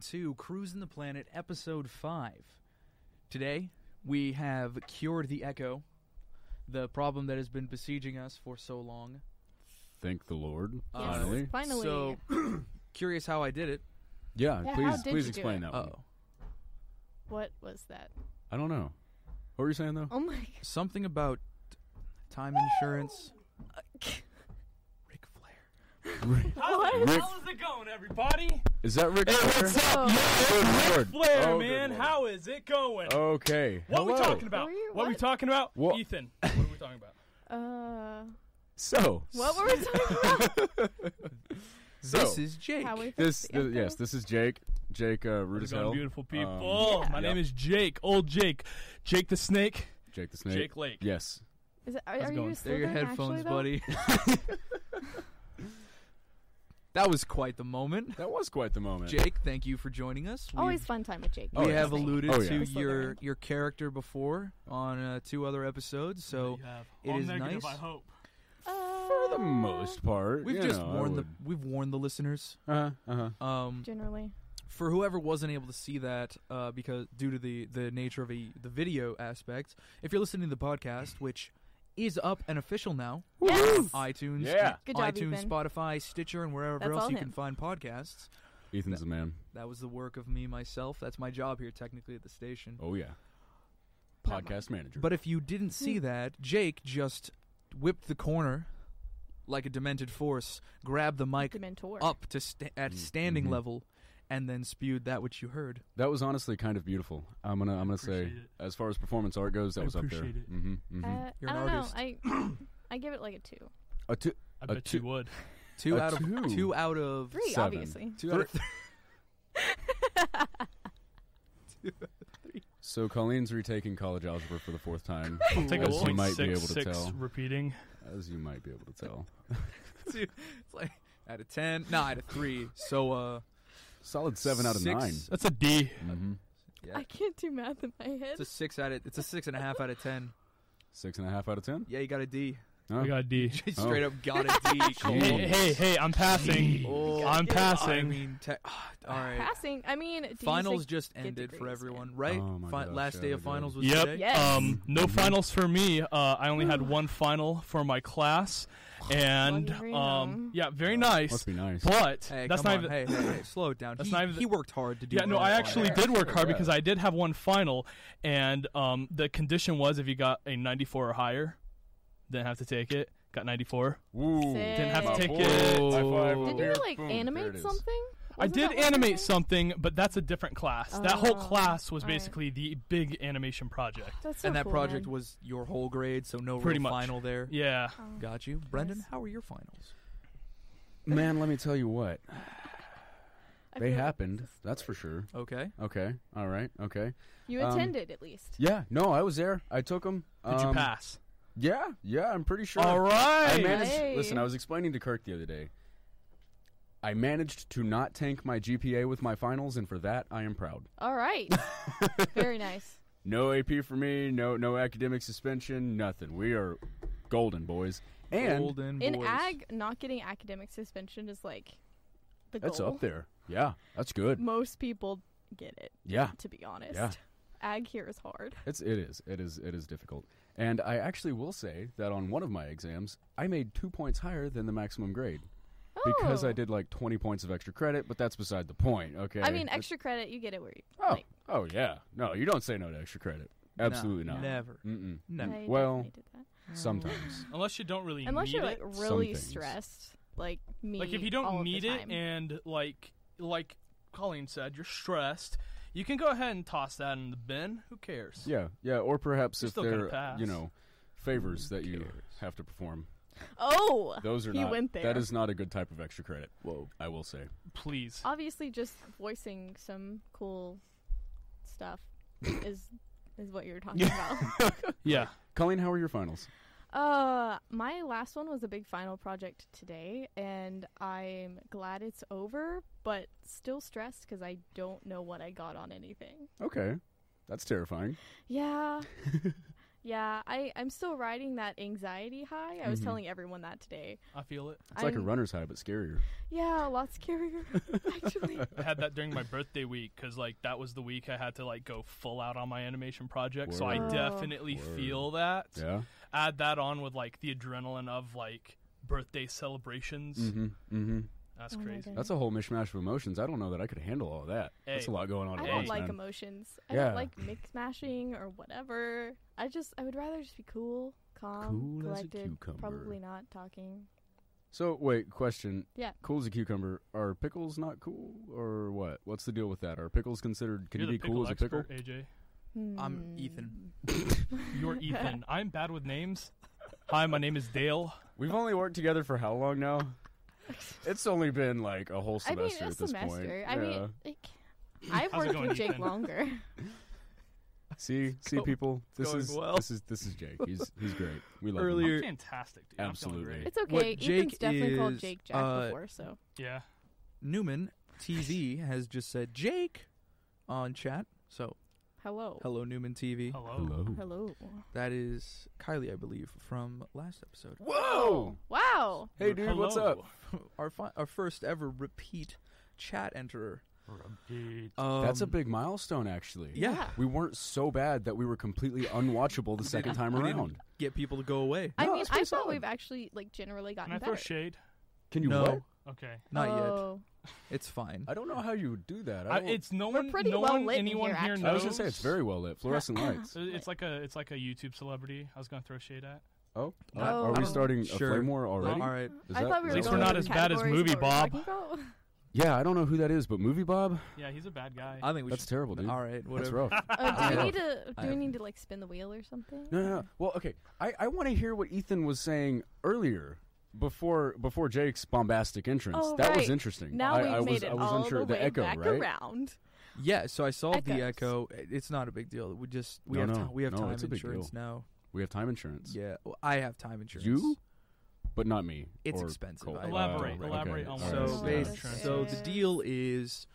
2, Cruising the Planet, Episode 5. Today, we have cured the Echo, the problem that has been besieging us for so long. Thank the Lord. Uh, Finally. Finally. So, curious how I did it. Yeah, Yeah, how please did please you do explain it? that one. Oh. what was that? I don't know. What were you saying though? Oh my Something about t- time insurance. god. Ric Flair. What? Rick, How's it going, everybody? is that Rick Flair? up? Good Lord. Flair, Oh, good man, Lord. how is it going? Okay. what are we Hello. talking about? Were you- what are we what? talking about? What- Ethan, what are we talking about? Uh, So, what were we talking about? so, This is Jake. How we this fixed the th- echo? yes, this is Jake. Jake uh, rude as How's it going, hell. beautiful people? Um, My yeah. name is Jake, old Jake, Jake the Snake. Jake the Snake. Jake Lake. Yes. Is it, are, How's it are going? you There are still your actually, headphones, though? buddy. that was quite the moment. That was quite the moment. Jake, thank you for joining us. We've- Always fun time with Jake. Oh, we yeah. have Thank you. alluded Oh, yeah. to Just let your them your character before on uh, two other episodes, so You have. it All is negative, nice. I hope. Uh, For the most part. we've you just know, I warned the would- we've warned the listeners. Uh-huh, uh-huh. Um, Generally. for whoever wasn't able to see that uh, because due to the the nature of the the video aspect, if you're listening to the podcast, which is up and official now, Yes! iTunes, Yeah. Good job, iTunes, Ethan. Spotify, Stitcher, and wherever That's else all you him. can find podcasts. Ethan's a man. That was the work of me myself. That's my job here, technically at the station. Oh yeah. Not Podcast manager. But if you didn't see Hmm. that, Jake just whipped the corner like a demented force, grabbed the mic The mentor. up to sta- at standing mhm. level, and then spewed that which you heard. That was honestly kind of beautiful. I'm gonna I'm gonna say appreciate it. as far as performance art goes, that I was up there. appreciate it. Mm-hmm, mm-hmm. Uh, You're I an don't artist. know. I I give it like a two, a two, I A bet two- you would. Two A out of two. two out of three, Seven. obviously. two out of three. so Colleen's retaking college algebra for the fourth time, I'll take a as you point might be six able to six tell. repeating. As you might be able to tell, two. It's like out of ten. No, out of three. So uh, solid seven out of six- 9 That's a D. Mm-hmm. Yeah. I can't do math in my head. It's a six out of. It's a six and a half out of ten. Six and a half out of ten. Yeah, you got a D. I Oh. got a D. Straight up got a D. Come Jeez. on. Hey, hey, hey, I'm passing. Oh, I'm I passing. mean, te- all right. Passing. I mean, do you Finals say- just get ended for degrees, everyone, yeah. right? Oh my Fi- gosh, last yeah, day we of did. finals was Yep. today. Yes. Um, Mm-hmm. no finals for me. Uh, I only had one final for my class, and Well, you're very um, nice. yeah, very nice. Must be nice. But Hey, that's come on. not even. hey, hey, hey, slow it down. That's he, not even the- he worked hard to do. Yeah, no, that. I actually Yeah, did work hard yeah. because I did have one final, and um, the condition was if you got a 94 or higher, didn't have to take it. Got 94. Ooh. Sick. Didn't have to Hey. take Whoa. it. High five Didn't up Didn't here. you like Boom, there it animate is. something? I Wasn't that did what you were animate saying? something, but that's a different class. that whole Oh, class was all right. basically the big animation project. That's so And that cool, project man. was your whole grade, so no Pretty real much. final there. Yeah. Oh. Got you, Brendan. Nice. How were your finals? Man, let me tell you what I they feel- happened. That's for sure. Okay. Okay. All right. Okay. You Um, attended at least. Yeah. No, I was there. I took them. Did you pass? Yeah. Yeah. I'm pretty Um, sure. All right. I managed. Hey. Listen, I was explaining to Kirk the other day. I managed to not tank my GPA with my finals, and for that, I am proud. All right. Very nice. No AP for me. No, no academic suspension. Nothing. We are golden boys, and Golden In boys. ag, not getting academic suspension is like the that's goal. up there. Yeah, that's good. Most people get it. Yeah, To be honest, Yeah. ag here is hard. it's it is it is it is difficult. And I actually will say that on one of my exams, I made two points higher than the maximum grade because Oh. I did like twenty points of extra credit. But that's beside the point. Okay, I mean, That's- extra credit you get it where you Oh, like, oh yeah. No, you don't say no to extra credit. Absolutely no, not. Never. Mm-mm. No. I Well- definitely did that. Sometimes. Unless you don't really unless need you're it. like really things. stressed, like me. like if you all don't of the need it time. and like like colleen said you're stressed you can go ahead and toss that in the bin who cares yeah, yeah. Or perhaps You're if still gonna there, are pass. you know, favors that you have to perform. oh, Those are He not. went there. That is not a good type of extra credit. Whoa. I will say. please obviously just voicing some cool stuff is is what you're talking about. yeah Colleen, how are your finals? Uh, my last one was a big final project today, and I'm glad it's over, but still stressed because I don't know what I got on anything. Okay, that's terrifying. Yeah, Yeah, I, I'm still riding that anxiety high. I was Mhm. telling everyone that today. I feel it. It's like a I'm- runner's high, but scarier. Yeah, a lot scarier, actually. I had that during my birthday week because like that was the week I had to like go full out on my animation project. So I Word. definitely Word. feel that. Yeah. Add that on with like the adrenaline of like birthday celebrations. Mm-hmm. Mm-hmm. That's Oh my crazy. goodness. That's a whole mishmash of emotions. I don't know that I could handle all that. That's Hey. a lot going on I at don't once, like man. emotions. I Yeah. don't like mix mashing or whatever. I just I would rather just be cool, calm, Cool as a collected, cucumber. probably not talking. So wait, question. Yeah. Cool as a cucumber. Are pickles not cool or what? What's the deal with that? Are pickles considered? Can You're you the be cool as a pickle? expert, AJ. Hmm. I'm Ethan. You're Ethan. I'm bad with names. Hi, my name is Dale. We've only worked together for how long now? It's only been like a whole I mean, semester a at this point. semester. I Yeah. mean, like, I've How's it worked going, with Jake Ethan? longer. see, see, going- people. This going is well. this is this is Jake. He's he's great. We love Earlier- him. You're- I'm fantastic, dude. I'm doing Absolutely. great. It's okay. What Ethan's Jake definitely called is, Jake Jack uh, before, so Yeah. Newman TV has just said Jake on chat. So Oh. hello, hello, Newman TV. Hello. Hello. hello. That is Kylie, I believe, from last episode. Whoa! Wow. Hey, dude, what's Hello. up? our fi- our first ever repeat chat enterer. Uh, Repeat. That's a Um, big milestone, actually. Yeah. We weren't so bad that we were completely unwatchable the second time we didn't around. Get people to go away. I No, mean, that's I pretty thought solid. we've actually like generally Can gotten I better. throw shade? Can you no, what? Okay. not yet. oh. It's fine. I don't know how you would do that. I I, don't- it's no We're one. pretty no well one, lit in anyone here, here actually. I knows. was gonna say it's very well lit. Fluorescent lights. It- It's like a it's like a YouTube celebrity. I was gonna throw shade at. Oh, No. are we Oh. starting Sure. a flame war already? All right. Is I that- thought we is were At least that we're going not through as bad as categories Movie of what we're Bob. talking Yeah, I don't know who that is, but Movie Bob. Yeah, he's a bad guy. I think we That's should. terrible, dude. All right. That's Whatever. rough. about. Uh, do I we need to? I Do we have- need to like spin the wheel or something? No, no, no. Well, okay. I, I want to hear what Ethan was saying earlier before before Jake's bombastic entrance. Oh, that was right. interesting. Now I, we've I was made it I was all unsure the way echo, back right? around. Yeah. So I solved the echo. Echoes. It's not a big deal. We just we No, have no. ti- we have No, time it's a big insurance now. We have time insurance. Yeah. Well, I have time insurance. You? But not me. It's or expensive. Cole. I- Elaborate, Uh, elaborate okay. on All what So Oh, yeah. they, that's right. so the deal is,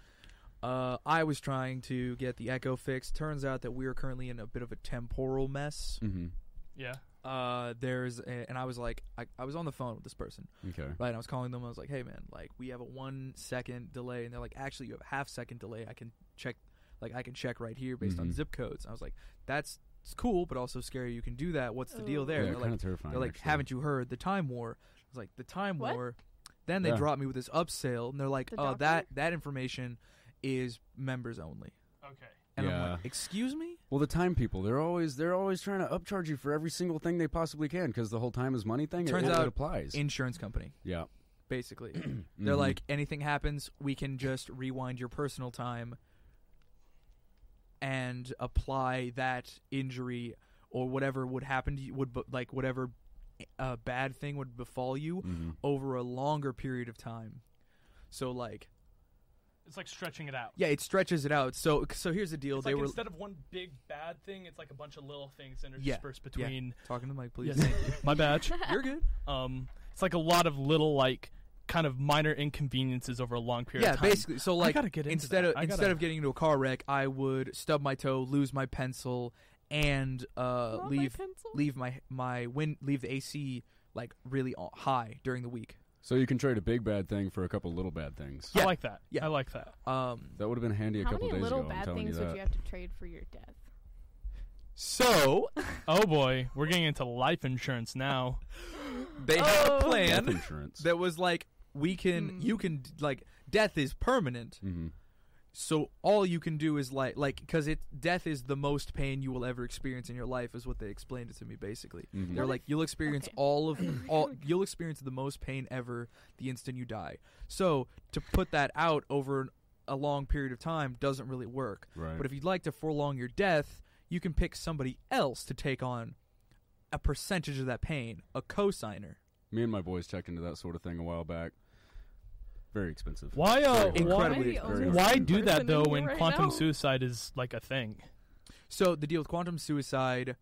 uh, I was trying to get the echo fixed. Turns out that we are currently in a bit of a temporal mess. Mhm. yeah. Uh, there's a, and I was like, I, I was on the phone with this person, Okay. right? And I was calling them. I was like, hey man, like we have a one second delay, and they're like, actually you have a half second delay. I can check, like I can check right here based on Mhm. zip codes. I was like, that's it's cool, but also scary. You can do that. What's the deal Oh. there? Yeah, And kind they're of like, terrifying. they're like, actually. haven't you heard the time war? I was like, the time What? war. Then they Yeah. dropped me with this upsell, and they're like, The oh, doctor? that that information is members only. Okay. And I'm Yeah. like, excuse me? Well, the time people, they're always they're always trying to upcharge you for every single thing they possibly can because the whole time is money thing. it- Turns it, out it applies. Insurance company, yeah. basically. They're Mhm. like, anything happens, we can just rewind your personal time and apply that injury or whatever would happen to you, would be- like whatever uh, bad thing would befall you Mhm. over a longer period of time. So like It's like stretching it out. Yeah, it stretches it out. So so here's the deal. It's they like were instead of one big bad thing, it's like a bunch of little things Yeah, interspersed yeah. between. talking to Mike, please. Yes, thank you. my badge. You're good. Um, it's like a lot of little like kind of minor inconveniences over a long period yeah, of time. basically. So like gotta get into instead that. of I instead gotta- of getting into a car wreck, I would stub my toe, lose my pencil, and uh, Not my leave pencil. leave my my win leave the AC like really o- high during the week. So you can trade a big bad thing for a couple little bad things. Yeah. I like that. Yeah. I like that. Um, That would have been handy a How couple many days little ago. I'm bad telling things you would that. you have to trade for your death? so Oh boy, we're getting into life insurance now. they had a Oh. Death plan insurance. that was like we can Hmm. you can like death is permanent. hmm So all you can do is like like because it death is the most pain you will ever experience in your life is what they explained it to me basically. Mhm. They're What like you'll experience okay. all of all you'll experience the most pain ever the instant you die. So to put that out over an, a long period of time doesn't really work. Right. But if you'd like to forlong your death, you can pick somebody else to take on a percentage of that pain, a cosigner. Me and my boys checked into that sort of thing a while back. Very expensive. Why? Very Uh, why, Incredible. Am I incredibly the only experienced. why person do that in though here when right quantum now? suicide is like a thing? So the deal with quantum suicide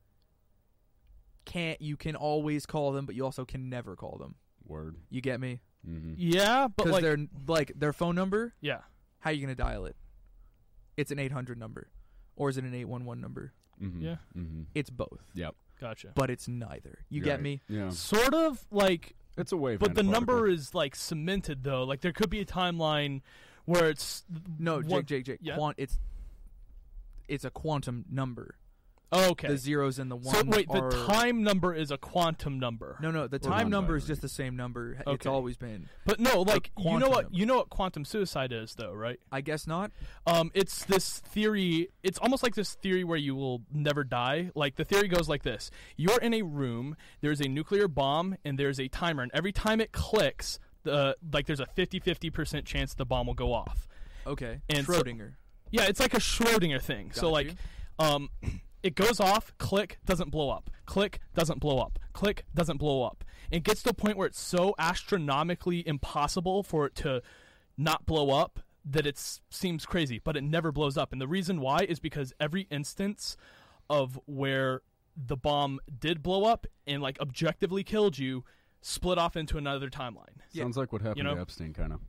can't you can always call them, but you also can never call them. Word. You get me? hmm Yeah, but Because like, they're like their phone number. yeah, How you gonna dial it? It's an eight hundred number, or is it an eight one one number? hmm Yeah. hmm It's both. Yep. Gotcha. but it's neither. You Right. get me? Yeah. Sort of like It's a wave. But and the a number particle. is like cemented though. Like there could be a timeline where it's No, Jake, What- Jake, Jake. yeah? Quant, it's it's a quantum number. oh, okay. The zeros and the one. so wait, are- the time number is a quantum number. No, no, the Or time number is non-binary. just the same number. h- It's Okay. always been. But no, like you know quantum what number. you know what quantum suicide is though, right? I guess not. Um it's this theory, it's almost like this theory where you will never die. Like the theory goes like this. You're in a room, there's a nuclear bomb and there's a timer and every time it clicks, the like there's a 50-50% chance the bomb will go off. Okay. And so- Schrodinger. Yeah, it's like a Schrodinger thing. so Got like, you. um, it goes off, click, doesn't blow up, click, doesn't blow up, click, doesn't blow up. It gets to a point where it's so astronomically impossible for it to not blow up that it seems crazy, but it never blows up. And the reason why is because every instance of where the bomb did blow up and like objectively killed you split off into another timeline. yeah. Sounds like what happened know? to Epstein, kind of.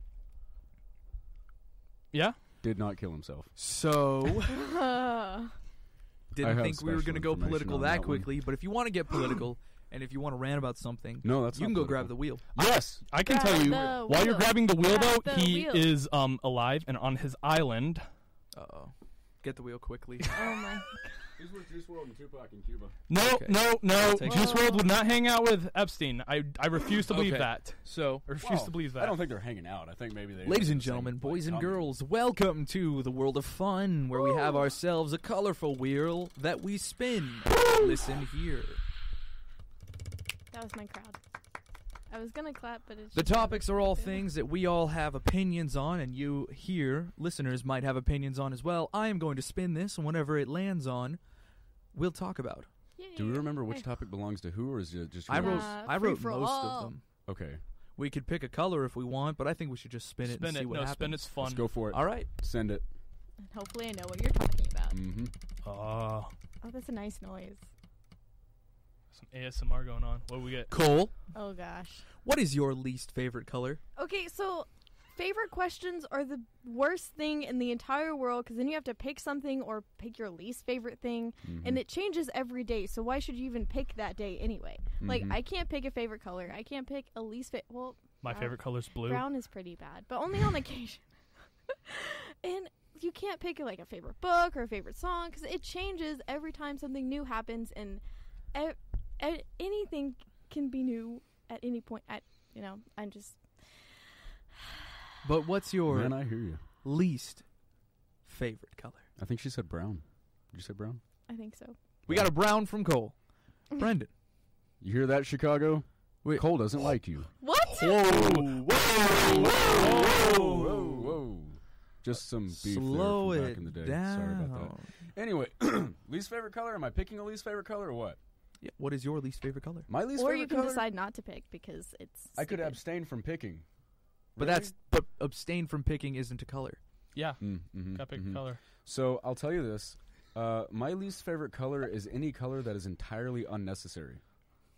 Yeah? Did not kill himself. So Oh, didn't have think we were special going to go information political on that, that one. quickly, but if you want to get political and if you want to rant about something, No, that's you can not go political. grab the wheel. Yes, I can Grab tell you. the While you're wheel. grabbing the wheel, Grab though, the he wheel. is um alive and on his island. Uh-oh. Get the wheel quickly. oh my. These were Juice World and Tupac in Cuba. No, Okay. no, no. I'll take Juice it. World would not hang out with Epstein. I, I refuse to believe Okay. that. so, I refuse to believe that. I don't think they're hanging out. I think maybe they. ladies and gentlemen, boys and girls, welcome to the world of fun where we have ourselves a colorful wheel that we spin. Listen here. That was my crowd. I was gonna clap, but it's The just- topics are all things that we all have opinions on, and you here, listeners, might have opinions on as well. I am going to spin this, and whatever it lands on, we'll talk about. Yay. Do we remember which Hey. topic belongs to who, or is it just? I who- wrote, Uh, I wrote most free-for-all. of them. Okay, We could pick a color if we want, but I think we should just spin it spin and see it. what No, happens. spin it's fun. let's go for it. All right, Send it. And Hopefully, I know what you're talking about. Mm-hmm. Oh, Oh, that's a nice noise. some ASMR going on. What do we get? Cole. Oh gosh. What is your least favorite color? Okay, so favorite questions are the worst thing in the entire world because then you have to pick something or pick your least favorite thing, Mm-hmm. Mm-hmm. and it changes every day. So why should you even pick that day anyway? Mm-hmm. Like I can't pick a favorite color. I can't pick a least favorite. Well, My Brown. favorite color's blue. Uh, brown is pretty bad, but only on occasion. and you can't pick like a favorite book or a favorite song because it changes every time something new happens, and e- e- anything can be new at any point. At you know, I'm just But what's your Man, I hear you. least favorite color? I think she said brown. Did you say brown? I think so. We got a brown from Cole. Brendan. You hear that, Chicago? Wait. Cole doesn't like you. What? Whoa! Whoa, whoa. Just some beef Slow there it from back in the day. down. Sorry about that. Anyway, least favorite color? Am I picking a least favorite color or what? Yeah, what is your least favorite color? My least or favorite you can color? decide not to pick because it's. I could stupid. abstain from picking. But that's but abstain from picking isn't a color. Yeah, Mm-hmm. got pick color. So I'll tell you this. Uh, my least favorite color is any color that is entirely unnecessary.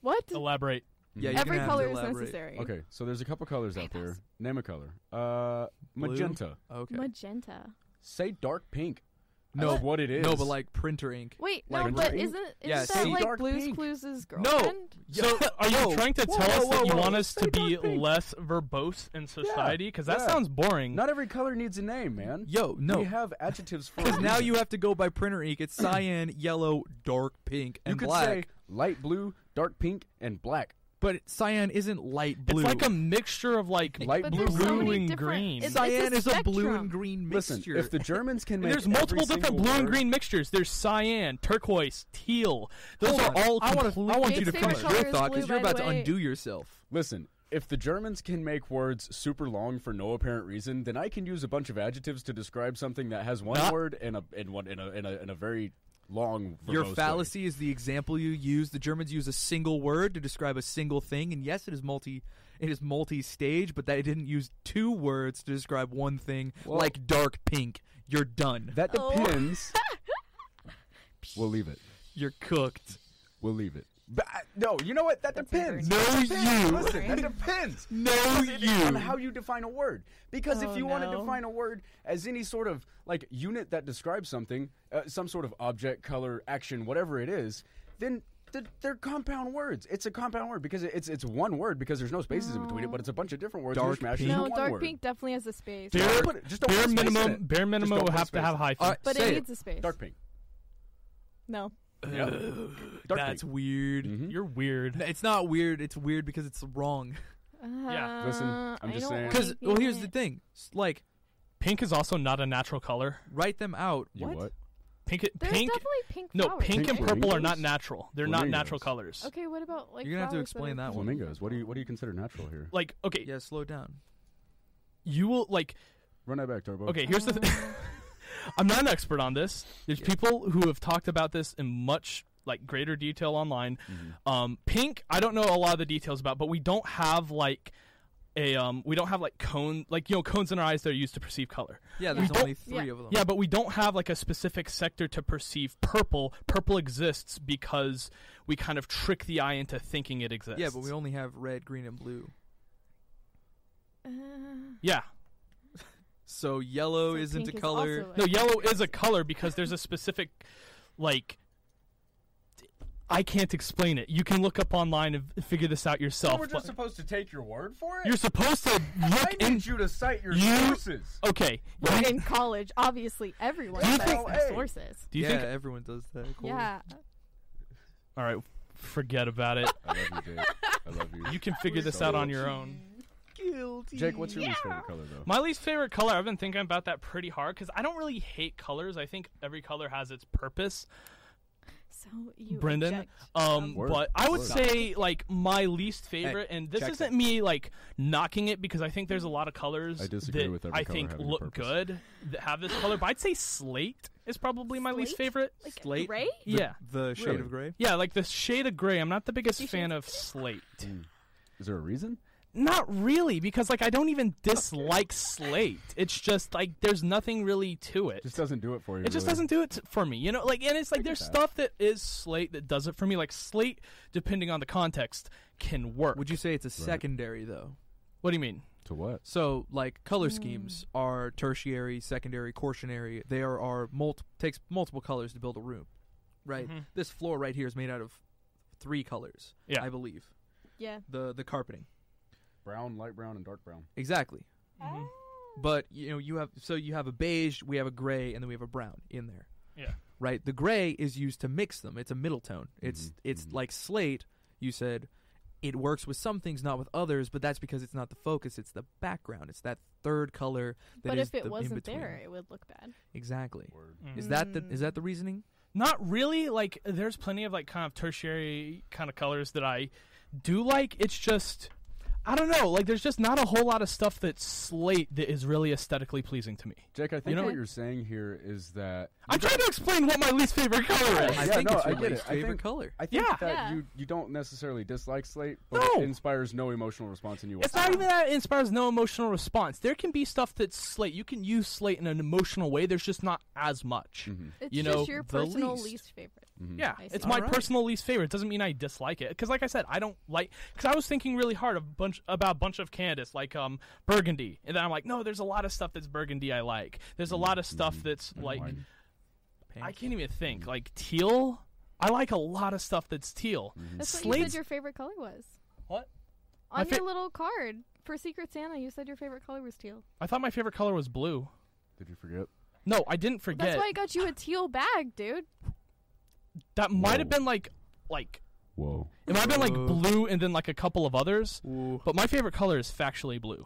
What? Elaborate. Yeah, you're Every gonna have color to is elaborate. necessary. Okay, so there's a couple colors out there. Name a color. Uh, Blue? magenta. Okay. Magenta. Say dark pink. I No, love what it is. No, but like printer ink. Wait, Like no, but pink? isn't isn't Yeah, that see? like Dark Blue's pink. Clues' girlfriend? No. So are you Whoa. trying to Whoa, tell us whoa, that you whoa, want whoa. us Say to be dark pink. less verbose in society? Because that yeah. sounds boring. Not every color needs a name, man. Yo, We no. have adjectives for Because a now reason. you have to go by printer ink. It's cyan, yellow, dark pink, You and could black. say light blue, dark pink, and black. but cyan isn't light it's blue. like a mixture of like Light But blue, there's so many and different- green. it's- cyan a is a blue spectrum. and green mixture. Listen, if the Germans can And make there's multiple every different single blue and word- green mixtures. There's cyan, turquoise, teal. Those Hold are on. all. I want to. complete- I want you to Jake's favorite finish color your is thought blue, you're by about the to way. undo yourself. Listen, if the Germans can make words super long for no apparent reason, then I can use a bunch of adjectives to describe something that has one Not- word and a and one in a in a, in a very long. Your verbose way. fallacy is the example you use. The Germans use a single word to describe a single thing, and yes, it is multi. It is multi-stage, but they didn't use two words to describe one thing, Well- like dark pink. You're done. That Oh. depends. we'll leave it. You're cooked. We'll leave it. But I- no, you know what? That That's depends. not very That depends. nice. Listen, that depends. No, It depends on you. how you define a word. Because Oh, if you want to no. define a word as any sort of like unit that describes something, uh, some sort of object, color, action, whatever it is, then They're, they're compound words. It's a compound word because it- it's it's one word because there's no spaces in between it, No. but it's a bunch of different words. Dark smashed pink. into No, one dark word. pink definitely has a space. Dude. Just Bare- don't put it- just don't bare put space in minimum. it. Bare minimum don't would put have to space. have hyphen. All right, Uh, But say it it. needs a space. Dark pink. No. Yeah. Dark That's pink. weird. Mm-hmm. Mhm. You're weird. It's not weird. It's weird because it's wrong. Yeah, listen, Uh, I'm I just don't saying. wanna Because well, be here's in the it. thing. S- Like, Pink is also not a natural color. write them out. You what? Pink, There's pink. definitely pink No, flowers, pink and right? Pink purple are not flamingos? natural. They're not Flamingos. natural colors. Okay, what about like You're gonna have to flowers that explain are that one. Flamingos. What do you what do you consider natural here? Like, okay, Yeah, slow down. you will like. Run that back, Turbo. Okay, here's the. Um, Th- I'm not an expert on this. There's Yeah. people who have talked about this in much like greater detail online. Mhm. Um, pink, I don't know a lot of the details about, but we don't have like a um, we don't have like cone like you know cones in our eyes that are used to perceive color. Yeah, Yeah. there's We only don't- three yeah. of them. Yeah, but we don't have like a specific sector to perceive purple. Purple exists because we kind of trick the eye into thinking it exists. Yeah, but we only have red, green, and blue. Uh, yeah. So yellow so isn't pink a is color. also, like, No, yellow is a color because there's a specific, like, I can't explain it. You can look up online and f- figure this out yourself. we're but just supposed to take your word for it. you're supposed to I look need in. you to cite your You- sources. Okay. Well, you- in college, obviously everyone Do you cites think- their Hey. sources. do you yeah, think? everyone does that. Cool. Yeah. All right. Forget about it. I love you, Jake. I love You can figure this out on your own. Guilty. Jake, what's your least favorite color though? My least favorite color. I've been thinking about that pretty hard because I don't really hate colors. I think every color has its purpose. So you Brendan, object. Um, Word, but I would word. say like my least favorite, and this check isn't me like knocking it because I think there's a lot of colors I disagree that with every I color think having a look purpose. good that have this color. But I'd say slate is probably my least Slate? favorite. Like slate? gray? The, yeah, The shade Really? of gray. yeah, like the shade of gray. I'm not the biggest Do you think fan of it's slate. Mm. Is there a reason? Not really, because like I don't even dislike slate. It's just like there's nothing really to it. Just doesn't do it for you. It just really. doesn't do it t- for me, you know. Like, and it's like get there's that. stuff that is slate that does it for me. Like slate, depending on the context, can work. Would you say it's a secondary though? What do you mean? To what? So like color Hmm. schemes are tertiary, secondary, quaternary. They are, are multi- takes multiple colors to build a room, right? Mhm. This floor right here is made out of three colors, Yeah. I believe. Yeah. The the carpeting. Brown, light brown, and dark brown. Exactly. Mhm. Ah. But you know you have so you have a beige, we have a gray, and then we have a brown in there. Yeah. Right. The gray is used to mix them. It's a middle tone. It's Mhm, it's mhm. like slate. You said it works with some things, not with others, but that's because it's not the focus. It's the background. It's that third color. that But is if it the wasn't in-between. there, it Mm. would look bad. exactly. Word. Is that the is that the reasoning? Not really. Like, there's plenty of like kind of tertiary kind of colors that I do like. It's just, I don't know. Like, there's just not a whole lot of stuff that's slate that is really aesthetically pleasing to me. Jake, I think know- what you're saying here is that I'm trying to explain what my least favorite color is. I Yeah, think no, it's your I get least it. I favorite think- color. I think Yeah. that Yeah. you you don't necessarily dislike slate, but No. it inspires no emotional response in you. It's not even that it inspires no emotional response. There can be stuff that's slate. You can use slate in an emotional way. There's just not as much. hmm It's You just know, Mm. your the personal least. least, favorite. Yeah, I it's see. my Alright. personal least favorite. Doesn't mean I dislike it because, like I said, I don't like. Because I was thinking really hard a bunch about a bunch of candidates like um Burgundy, and then I'm like, no, there's a lot of stuff that's Burgundy I like. There's a lot of stuff that's like I can't even think like teal. I like a lot of stuff that's teal. That's what you Slate's- said your favorite color was. What? On My your fa- little card for Secret Santa, you said your favorite color was teal. I thought my favorite color was blue. Did you forget? No, I didn't Well, forget. that's why I got you a teal bag, dude. That might have Whoa. been like like Whoa. it might have been like Whoa. blue and then like a couple of others. Ooh. But my favorite color is factually blue.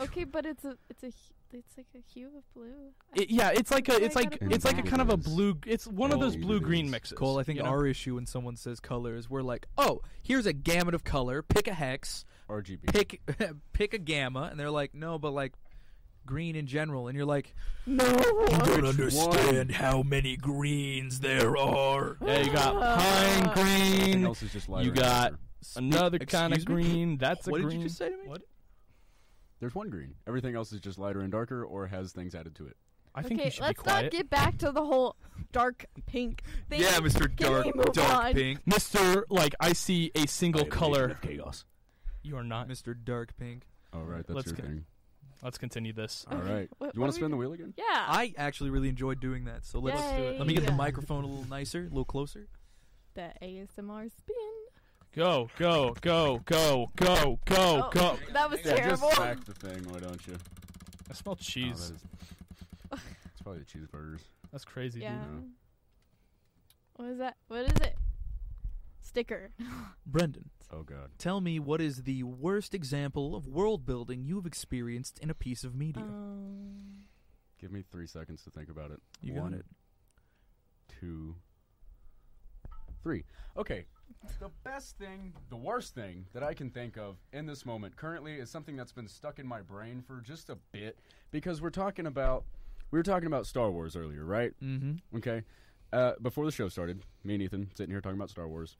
Okay, but it's a it's a hu- it's like a hue of blue. It, yeah, it's like a, That's it's why I like, gotta it's like a put kind of a that. blue. It's one of Oh, those it blue green is. mixes. Cole, I think you know? our issue when someone says color is we're like, oh, here's a gamut of color. Pick a hex. RGB. Pick pick a gamma, and they're like, no, but like green in general, and you're like, No. you Which understand how many greens there are. Yeah, you got Ah. pine Everything green. else is just lighter You and got- darker. Another kind of Excuse me? green. That's a What green. did you just say to me? What? There's one green. Everything else is just lighter and darker, or has things added to it. I think Okay, you should be let's not quiet. get back to the whole dark pink thing. Mr. Can we move on? Pink. Mister, like I see a single color. chaos. You are not. Mr. Dark Pink. All Oh, right, that's Let's your get- thing. Let's continue this. All right. What- you want what are to we spin the wheel again? Yeah. I actually really enjoyed doing that, so let's Uh, Yay. let me get the Yeah. microphone a little nicer, a little closer. that ASMR spin. Go, go, go, go, go, go, Oh. go. That was Yeah, terrible. just smack the thing, why don't you? I smell Oh, cheese. that is- it's probably the cheeseburgers. That's crazy, yeah. dude. know. What is that? What is it? Sticker. Brendan, Oh god. tell me what is the worst example of world building you've experienced in a piece of media? Um, Give me three seconds to think about it. you got one. it. Two, three. Okay. The best thing, the worst thing that I can think of in this moment currently is something that's been stuck in my brain for just a bit because we're talking about we were talking about Star Wars earlier, right? Mm-hmm. Okay. Uh, before the show started, me and Ethan sitting here talking about Star Wars.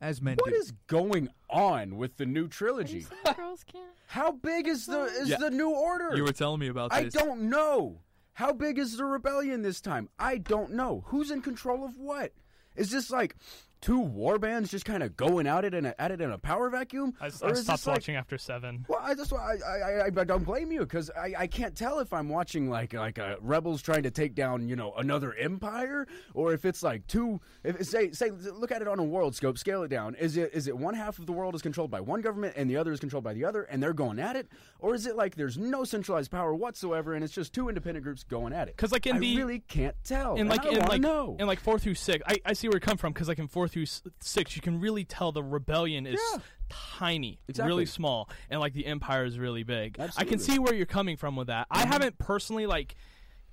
As men What do. is going on with the new have you trilogy? seen Girls Can't? How big is the is Yeah. the new order? you were telling me about I this. don't know. How big is the rebellion this time? I don't know. Who's in control of what? Is this like two war bands just kind of going at it in a, at it in a power vacuum? Or I, I is stopped this like- watching after seven. well, I just I I, I, I don't blame you because I, I can't tell if I'm watching like like uh, rebels trying to take down you know another empire or if it's like two if say say look at it on a world scope scale it down is it is it one half of the world is controlled by one government and the other is controlled by the other and they're going at it or is it like there's no centralized power whatsoever and it's just two independent groups going at it 'Cause, like, in I the- really can't tell in like I in wanna like know. in like four through six, I, I see where you come from because like in four through s- six, you can really tell the rebellion is Yeah. tiny, Exactly. really small, and like the empire is really big. I Absolutely. Mm-hmm. can see where you're coming from with that. I haven't personally like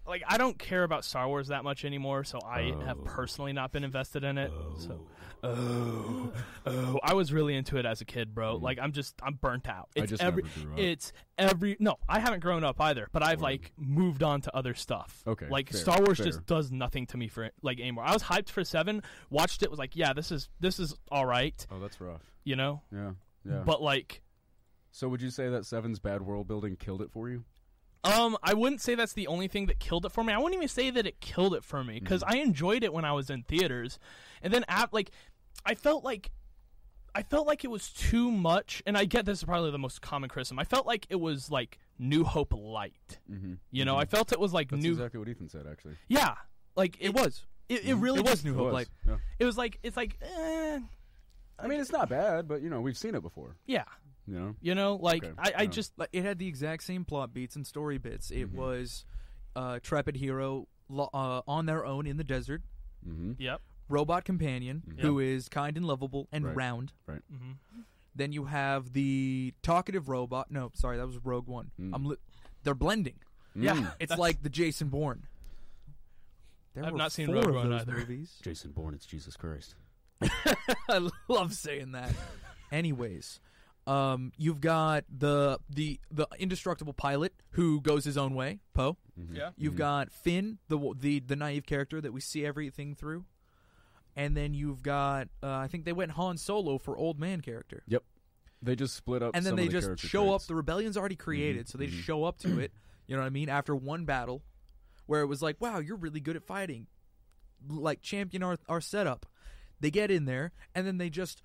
like I don't care about Star Wars that much anymore, so I Oh. have personally not been invested in it. So oh oh, I was really into it as a kid, bro. Like I'm just I'm burnt out. Mm-hmm. I It's just every never grew up. it's every no, I haven't grown up either, but I've like moved on to other stuff. Okay, Like fair, Star Wars fair. just does nothing to me for like anymore. I was hyped for seven, watched it, was like, yeah, this is this is all right, oh that's rough you know. yeah yeah But like, so would you say that Seven's bad world building killed it for you um, I wouldn't say that's the only thing that killed it for me. I wouldn't even say that it killed it for me because I enjoyed it when I was in theaters, and then at like, I felt like. I felt like it was too much, and I get this is probably the most common criticism. I felt like it was like New Hope light, mm-hmm. you know. I felt it was like That's new, exactly what Ethan said, actually. yeah, like It was. It, it really It was just- New Mm-hmm. It Hope. was, Like yeah. It was like it's like, eh, I mean, it's not bad, but you know, we've seen it before. yeah, You know, You know, like Okay. I, I Yeah. just like it had the exact same plot beats and story bits. It Mm-hmm. was uh, Trapid Hero lo- uh, on their own in the desert, mm-hmm. yep. robot companion who is kind and lovable and Right. round. hmm Then you have the talkative robot. No, sorry, that was Rogue One. Mm. I'm li- they're blending. Yeah, It's that's- like the Jason Bourne. There I've were not seen four Rogue of One those either. movies. Jason Bourne, it's Jesus Christ. I love saying that. Anyways, um, you've got the the the indestructible pilot who goes his own way, Poe. yeah. Mm-hmm. You've got Finn, the w- the the naive character that we see everything through, and then you've got uh, I think they went Han Solo for old man character, They just split up, and then some they of the just character show traits. Mm-hmm. up. The rebellion's already created, so they just show up to it. You know what I mean? After one battle, where it was like, "Wow, you're really good at fighting," like champion our our setup. They get in there, and then they just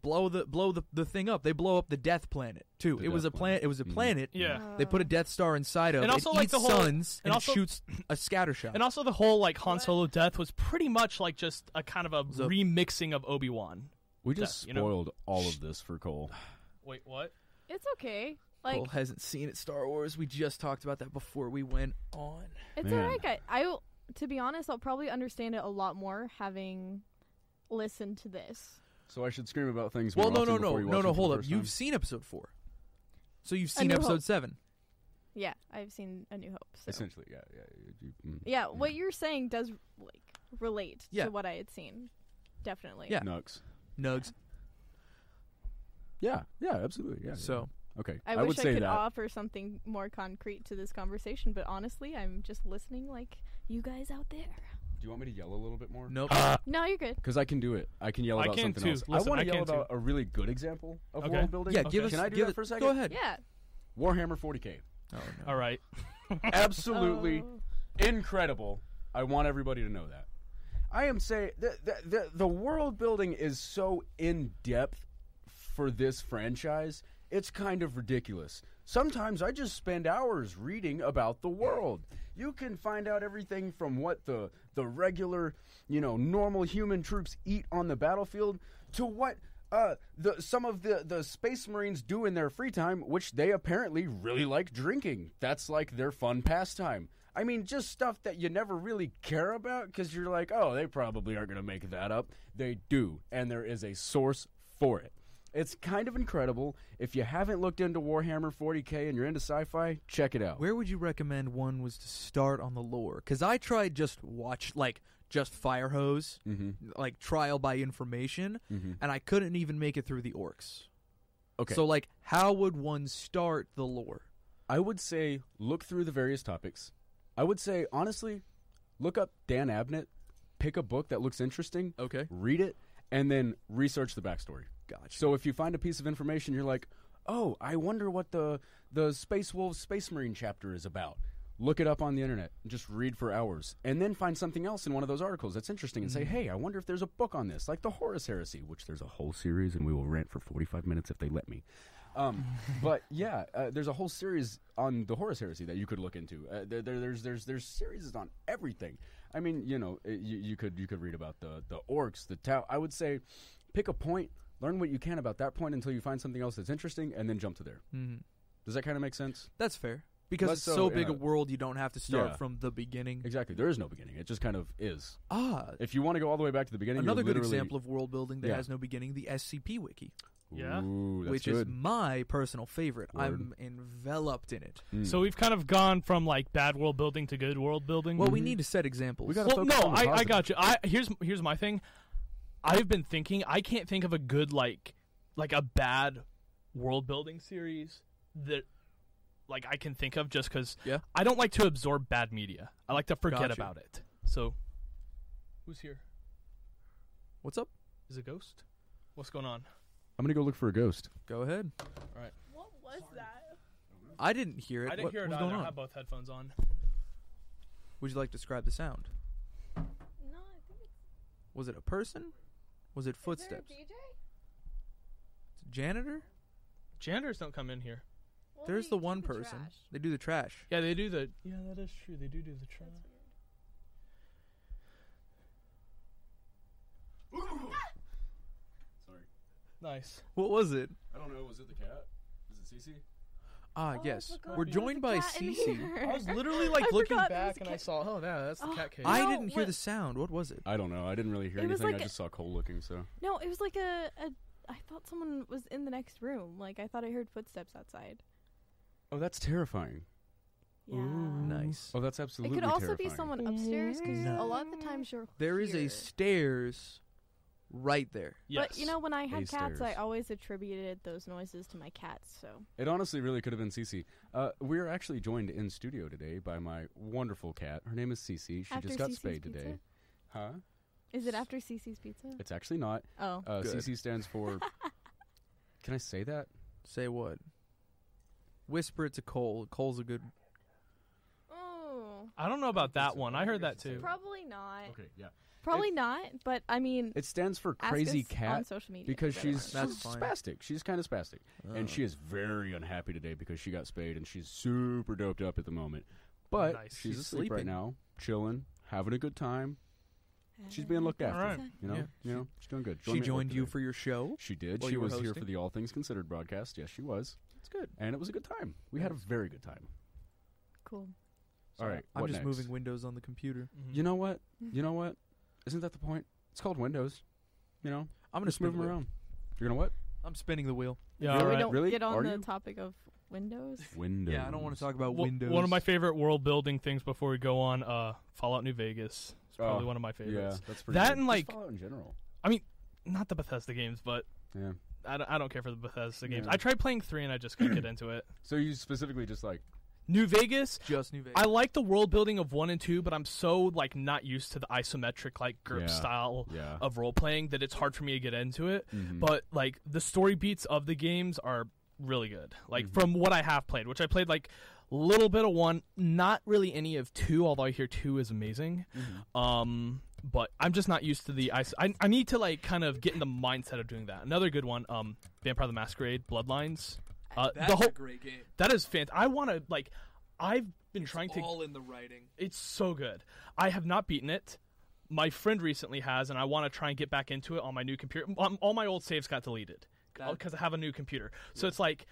blow the blow the, the thing up. They blow up the Death Planet too. The it was Death a planet. It was a Mhm. planet. Yeah. They put a Death Star inside of And it. also, it like, eats the whole- suns and and, it also- shoots a scatter shot. And also the whole like Han What? Solo death was pretty much like just a kind of a a- remixing of Obi Wan. We just Yeah, you know- spoiled all of this for Cole. Wait, what? It's okay. Like Cole hasn't seen it. Star Wars. We just talked about that before we went on. it's Man. alright. guy- I will- to be honest, I'll probably understand it a lot more having listened to this. So I should scream about things. Well, more no, often no, before no, you no, watch no. it for Hold the up. first You've time? seen episode four, so you've A seen New episode Hope. seven. Yeah, I've seen A New Hope. So. essentially, yeah, yeah. you- you- mm. Yeah, what you're saying does like relate Yeah. to what I had seen. Definitely. Yeah. Nux. Nugs. Yeah, yeah, absolutely. Yeah. So yeah. okay, I, would wish I say could that. offer something more concrete to this conversation, but honestly, I'm just listening like you guys out there. Do you want me to yell a little bit more? nope. No, you're good. Because I can do it. I can yell I about can something too. else. I Listen, want I to yell can too. about a really good example of Okay. world building. yeah, Okay. give us. Can I do give that it- for a second? Go ahead. Yeah. Warhammer 40k. Oh, no. All right. Absolutely Oh. incredible. I want everybody to know that. I am saying the the, the, the world building is so in depth for this franchise. It's kind of ridiculous. Sometimes I just spend hours reading about the world. You can find out everything from what the the regular, you know, normal human troops eat on the battlefield to what uh, the some of the the space marines do in their free time, which they apparently really like drinking. That's like their fun pastime. I mean, just stuff that you never really care about because you're like, oh, they probably aren't going to make that up. They do, and there is a source for it. It's kind of incredible. If you haven't looked into Warhammer 40k and you're into sci-fi, check it out. Where would you recommend one was to start on the lore? Because I tried just watch like just fire hose, Mm-hmm. like trial by information, and I couldn't even make it through the orcs. Okay. So like, how would one start the lore? I would say look through the various topics. I would say honestly, look up Dan Abnett, pick a book that looks interesting, Okay. read it, and then research the backstory. Gotcha. So if you find a piece of information, you're like, oh, I wonder what the the Space Wolves Space Marine chapter is about. Look it up on the internet. and Just read for hours, and then find something else in one of those articles that's interesting, and say, "Hey, I wonder if there's a book on this, like the Horus Heresy, which there's a whole series, and we will rant for 45 minutes if they let me." Um, but yeah, uh, there's a whole series on the Horus Heresy that you could look into. Uh, there, there, there's there's there's series on everything. I mean, you know, uh, you, you could you could read about the the orcs, the Tau. I would say, pick a point, learn what you can about that point until you find something else that's interesting, and then jump to there. Mhm. Does that kind of make sense? That's fair because Less it's so, so, big a yeah. world. You don't have to start Yeah. from the beginning. Exactly. There is no beginning. It just kind of is. Ah, If you want to go all the way back to the beginning, another good example of world building that Yeah. has no beginning: the SCP Wiki, Yeah. Ooh, that's which is good. my personal favorite. Word. I'm enveloped in it. Mm. So we've kind of gone from like bad world building to good world building. Well, we need to set examples. We gotta well, no, focus on the I, I positive. got you. I here's here's my thing. I've been thinking. I can't think of a good like like a bad world building series that like I can think of just because Yeah. I don't like to absorb bad media. I like to forget Gotcha. about it. So, who's here? What's up? Is a ghost? What's going on? I'm gonna go look for a ghost. Go ahead. What was that? I didn't hear it. I didn't what, hear it what's either. going I on? have both headphones on. Would you like to describe the sound? No, I think it's Was it a person? Was it footsteps? Is there a DJ? Janitor? Janitors don't come in here. Well, There's they the do one person. trash. They do the trash. Yeah, they do the. Yeah, that is true. They do do the That's trial. weird. Sorry, Nice. What was it? I don't know. Was it the cat? Is it Cece? Ah, Oh, I yes. forgot We're there was a joined by cat in Cece. here. I was literally like I looking forgot there was back a and I cat. saw, oh, yeah, that's the Oh, cat cage. I No, didn't hear what- the sound. What was it? I don't know. I didn't really hear It was anything. like I a- just saw Cole looking. So No, it was like a, a. I thought someone was in the next room. Like I thought I heard footsteps outside. oh, that's terrifying. Yeah. Nice. Oh, that's It absolutely. could also terrifying. be someone upstairs because a lot of the times you're. There is a here. stairs right there. Yes. But you know, when I had A cats, I stairs. always attributed those noises to my cats. So It honestly really could have been Cece. Uh, we are actually joined in studio today by my wonderful cat. Her name is Cece. She after just got Cece's spayed pizza? today. Huh? Is it after Cece's pizza? It's actually not. Oh, Uh, Good. Cece stands for. Can I say that? Say what? Whisper it to Cole. Cole's a good. oh, I don't know about that one. I heard that too. probably not. Okay, yeah. Probably not. But I mean, It stands for ask crazy us on cat social media because if you she's want. That's she's fine. spastic. She's kind of spastic, and she is very unhappy today because she got spayed and she's super doped up at the moment. But Nice. she's, She's asleep right sleeping. now, chilling, having a good time. She's being looked after. Alright. You know, Yeah. you know, she's doing good. she me at work joined you today. for your show. She did. while She you were was here for hosting? the All Things Considered broadcast. Yes, she was, It's good. and it was a good time. We had a very good time. Cool. All right, I'm what just next? moving windows on the computer. Mhm. You know what? You know what? Isn't that the point? It's called Windows. You know, I'm gonna just spin move the them wheel. around. You're gonna what? I'm spinning the wheel. yeah, Really all we right. don't Really? get on Are the you? topic of Windows. Windows. Yeah, I don't want to talk about Well, windows. One of my favorite world building things before we go on, uh, Fallout New Vegas. It's probably Oh, one of my favorites. Yeah, that's pretty. That good. and Just like, Fallout in general. not the Bethesda games, but Yeah. I don't, I don't care for the Bethesda games. Yeah. I tried playing three and I just couldn't get into it. So you specifically just like New Vegas. just New Vegas. I like the world building of one and two, but I'm so like not used to the isometric like GURP Yeah. style yeah. Oh. Mm-hmm. of role playing that it's hard for me to get into it. but like the story beats of the games are really good like Mhm. from what i have played which i played like little bit of one not really any of two although i hear two is amazing Mm-hmm. um but i'm just not used to the ice I, I need to like kind of get in the mindset of doing that another good one um vampire the masquerade bloodlines Uh, That's the whole a great game. that is fantastic. I want to like. I've been trying to. All in the writing. It's so good. I have not beaten it. My friend recently has, and I want to try and get back into it on my new computer. Um, all my old saves got deleted That- because I have a new computer. So it's like,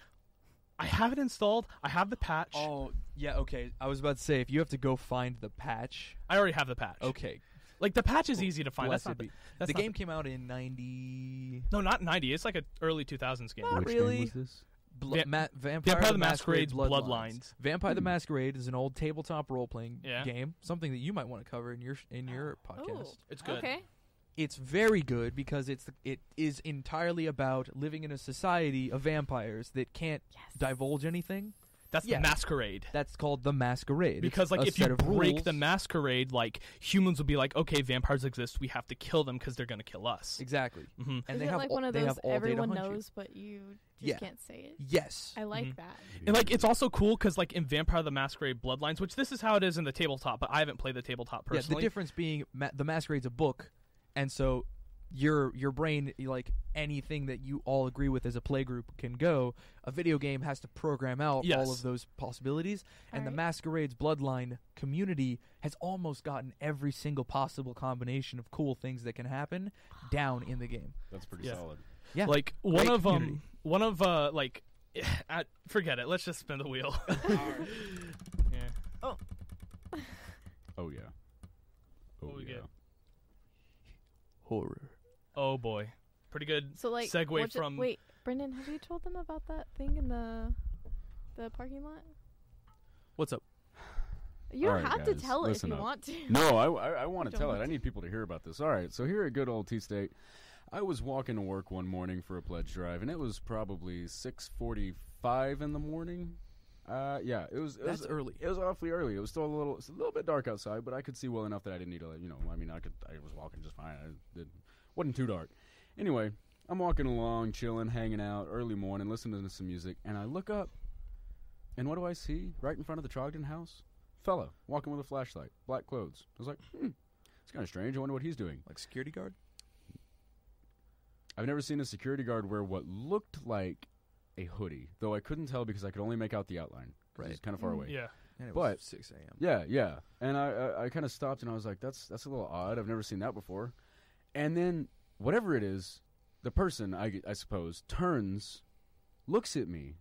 I have it installed. I have the patch. Oh yeah, okay. I was about to say if you have to go find the patch. I already have the patch. Okay, Like the patch is easy to find. That's blessed not the, be. that's the not game came out in ninety. no, not ninety. It's like an early two thousands game. Not Which really. game was this? Bl- Va- Ma- Vampire, Vampire the the Masquerade's Masquerade's Bloodlines. Bloodlines. Hmm. Vampire the Masquerade is an old tabletop role playing Yeah. Oh. game, something that you might want to cover in your sh- in your podcast. It's good. Okay. It's very good because it's the, it is entirely about living in a society of vampires that can't Yes. divulge anything. That's Yeah. the masquerade. That's called the Masquerade. It's because like a if you set of break rules. the masquerade, like humans will be like, okay, vampires exist. We have to kill them because they're gonna kill us. exactly, hmm and Is they it have like all, one of they those have all everyone day to hunt you. knows, but you just Yeah. mm-hmm. can't say it? Yes, I like Mhm. that. And like it's also cool because like in Vampire the Masquerade Bloodlines, which this is how it is in the tabletop, but I haven't played the tabletop Yeah, the personally. difference being ma- the masquerade's a book, and so your your brain like anything that you all agree with as a play group can go. A video game has to program out all Yes. of those possibilities, and the Alright. masquerade's bloodline community has almost gotten every single possible combination of cool things that can happen down in the game. That's pretty Yeah. solid. Yeah, like one of um, community. one of uh, like, I, forget it. Let's just spin the wheel. yeah. Oh yeah. Oh, What we get? horror. Oh boy, pretty good. So like Segue what's it- from- wait, Brendan, have you told them about that thing in the the parking lot? What's up? You don't Alright, have to guys, tell it if listen you up. want to. No, I, I, I want to You don't tell it. want I need people to hear about this. All right, so here at good old T State, I was walking to work one morning for a pledge drive, and it was probably six forty-five in the morning. Uh, yeah, it was. It That's was, early. It was awfully early. It was still a little, it's a little bit dark outside, but I could see well enough that I didn't need to. like, You know, I mean, I could. I was walking just fine. I did, wasn't too dark. Anyway, I'm walking along, chilling, hanging out, early morning, listening to some music, and I look up, and what do I see right in front of the Trogdon house? Fella walking with a flashlight, black clothes. I was like, hmm, it's kind of strange. I wonder what he's doing. Like security guard? I've never seen a security guard wear what looked like a hoodie, though I couldn't tell because I could only make out the outline. 'cause It's Right. kind of far away. Yeah. And it was But- six a.m. Yeah, yeah. And I, I, I kind of stopped and I was like, that's that's a little odd. I've never seen that before. And then whatever it is, the person I, I suppose turns, looks at me,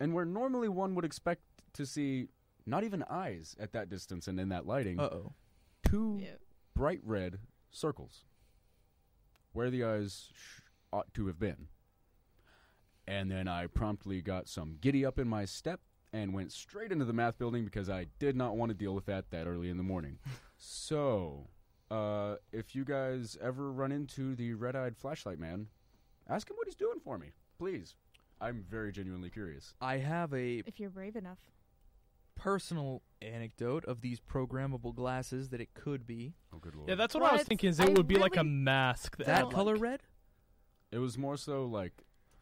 and where normally one would expect to see not even eyes at that distance and in that lighting, Uh oh. two Ew. bright red circles where the eyes sh- ought to have been. And then I promptly got some giddy up in my step and went straight into the math building because I did not want to deal with that that early in the morning. so, uh, if you guys ever run into the red eyed flashlight man, ask him what he's doing for me, please. I'm very genuinely curious. I have a If you're brave enough. personal anecdote of these programmable glasses that it could be. Oh, good lord. Yeah, that's what, I was What? thinking. Is I it would be like a really- mask that, That had, color like, red? it was more so like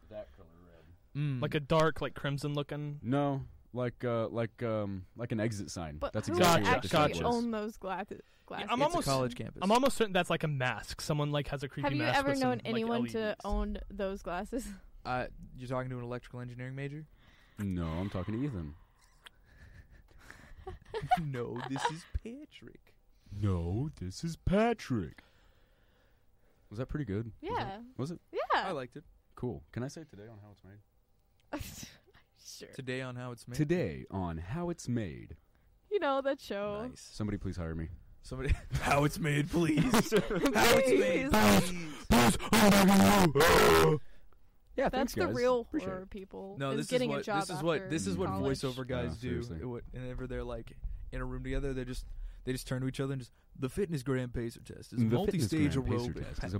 that color red. Mm. like a dark, like crimson looking. No, like uh, like um, like an exit sign. But That's who exactly Gotcha, what the actually shot gotcha. was. own those glass- glasses? I'm it's almost- a college campus. I'm almost certain that's like a mask. Someone like has a creepy have you mask. ever with some, known like, E anyone to LEDs. own those glasses? uh, you're talking to an electrical engineering major? No, I'm talking to Ethan. no, this is Patrick. No, this is Patrick. Was that pretty good? Was it- Yeah. Was it I Yeah. liked it. cool? Can I say today on how it's made? sure. Today on how it's made. Today on how it's made. You know that show. Nice. Somebody please hire me. Somebody How it's made, please. how it's made. Please. please. Yeah, That's thanks the guys. real Appreciate horror it. people. No, is this is getting what a job this is what after this is what college. voiceover guys do. Yeah, seriously. It would- Whenever they're like in a room together, they just they just turn to each other and just the fitness gram pacer test is a The fitness multi-stage gram pacer aerobic. test is a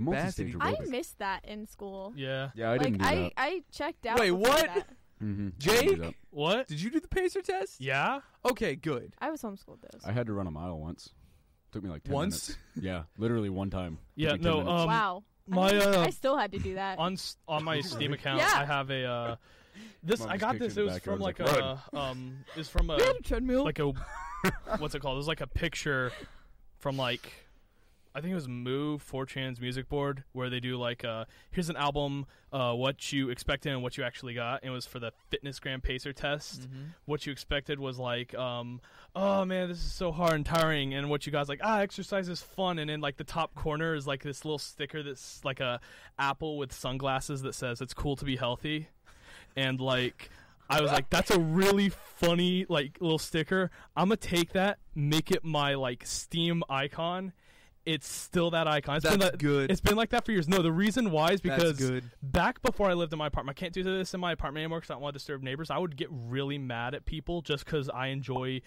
capacity- multi-stage aerobic- I Aerobics. missed that in school. Yeah. Yeah, I like didn't do I, that. I checked out. Wait, before what? that. Mhm, I didn't do Jake, that. What? did you do the pacer test? Yeah. Okay, good. I was homeschooled though. so- I had to run a mile once. Took me like 10 Once. minutes. Yeah, literally one time. Took Yeah, me 10 no, minutes. um, wow. My I, uh, I still had to do that. on s- on my Steam account, Yeah. I have a uh, this. Mom I just got kicked you this. in It the was back from and like was a um, is from a treadmill. like a what's it called? It was like a picture from like I think it was Move 4chan's music board where they do like uh here's an album, uh what you expected and what you actually got. And it was for the fitness gram pacer test. Mm-hmm. What you expected was like, um, oh man, this is so hard and tiring and what you guys like, ah, exercise is fun and in like the top corner is like this little sticker that's like a apple with sunglasses that says it's cool to be healthy. And like I was like, that's a really funny like little sticker. I'm gonna take that, make it my like Steam icon. It's still that icon. It's been That's that- good. It's been like that for years. No, the reason why is That's because good. back before I lived in my apartment, I can't do this in my apartment anymore because I don't want to disturb neighbors. I would get really mad at people just because I enjoy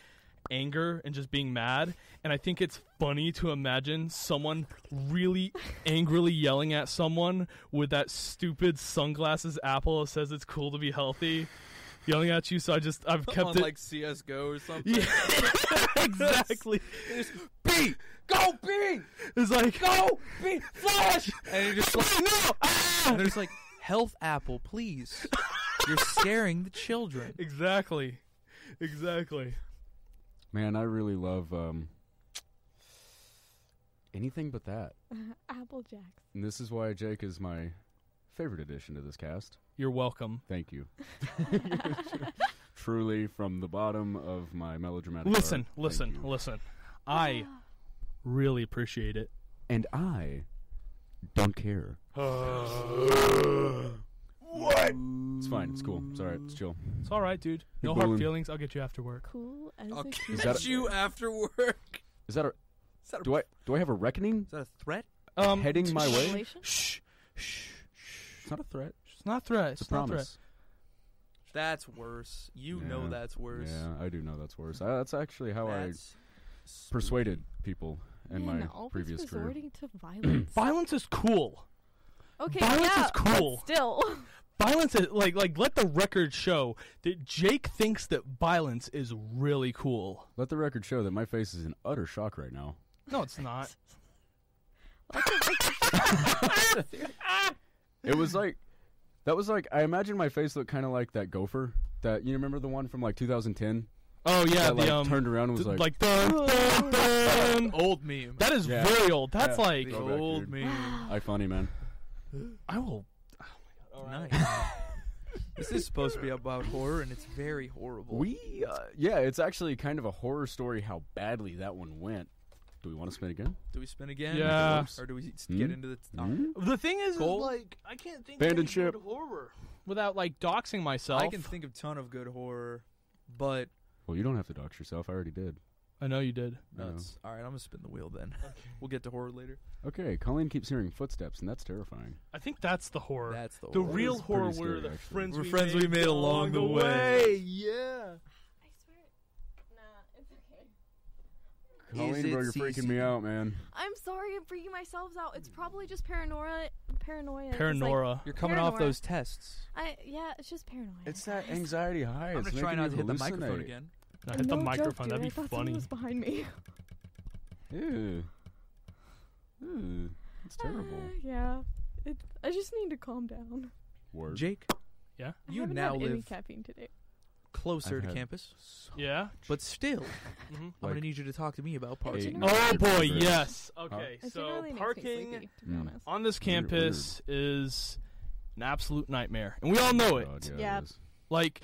anger and just being mad. And I think it's funny to imagine someone really angrily yelling at someone with that stupid sunglasses apple that says it's cool to be healthy yelling at you. So I just, I've kept on it. like CS:GO or something. yeah, exactly. B, go B, It's like, go B, flash. And you're just like, no! Ah! and there's like, health apple, please. You're scaring the children. Exactly. Exactly. Man, I really love um, anything but that. Apple Jacks. And this is why Jake is my favorite addition to this cast. You're welcome. Thank you. Truly, from the bottom of my melodramatic. Listen, heart, thank listen, you. listen. I Ah, really appreciate it. And I don't care. What? It's fine. It's cool. It's all right. It's chill. It's all right, dude. No You're hard balloon. feelings. I'll get you after work. Cool as I'll a Is catch that a- you after work. Is that a? Is that a, Do I do I have a reckoning is that a threat? Um, heading my way? Relation? Shh, shh, shh. It's not a threat. It's not threat. It's, It's a not promise. That's worse. You know Yeah. that's worse. Yeah, I do know that's worse. I, that's actually how That's I persuaded people in Man, my always previous career. resorting to violence. threat. Violence is cool. okay, Violence yeah, is cool. but Still, Violence is like like let the record show that Jake thinks that violence is really cool. Let the record show that my face is in utter shock right now. No, it's not. It was like that was like I imagine my face looked kind of like that gopher that you remember the one from like 2010 Oh yeah, that the like um turned around and was like, th- like dun, dun, dun. old meme. That is Yeah. very old. That's Yeah. like the Throwback, old dude. meme. "I funny man." I will. oh nice. this is supposed to be about horror, and it's very horrible. We uh, yeah, it's actually kind of a horror story how badly that one went. Do we want to spin again? do we spin again? Yeah. Or do we s- Hmm? get into the? T- Hmm? The thing is, is Cole? like I can't think Abandoned of any ship. good horror without like doxing myself. I can think of ton of good horror, but Well, you don't have to dox yourself. I already did. I know you did. I know. nuts. All right, I'm gonna spin the wheel then. We'll get to horror later. Okay, Colleen keeps hearing footsteps, and that's terrifying. I think that's the horror. That's the, the horror. real is pretty horror scary, were the actually. friends We're we friends made we made along the way. Yeah. I swear. Nah, it's okay. Is Colleen, it bro, you're CC? freaking me out, man. I'm sorry I'm freaking myself out. It's probably just paranoia. Paranoia. 'cause, Like, Paranora. You're coming off Paranora. those tests. I yeah, it's just paranoia. It's that anxiety high. I'm it's gonna try making not to hit me the microphone hallucinate. again. I hit no the microphone. Joke, dude. That'd I be thought someone funny. Was behind me. Ew. Ew. That's terrible. Uh, yeah. It, I just need to calm down. Word. Jake, Yeah. I you haven't now had any live caffeine today. closer I've to had- campus, Yeah. but still, Mhm. I'm gonna Like- need you to talk to me about parts. Eight. Oh boy, Progress. yes. Okay, It so generally makes me parking sleepy, to be Mm. honest. on this Weird, campus is an absolute nightmare, and we all know it. Oh, God, Yeah. it is. Like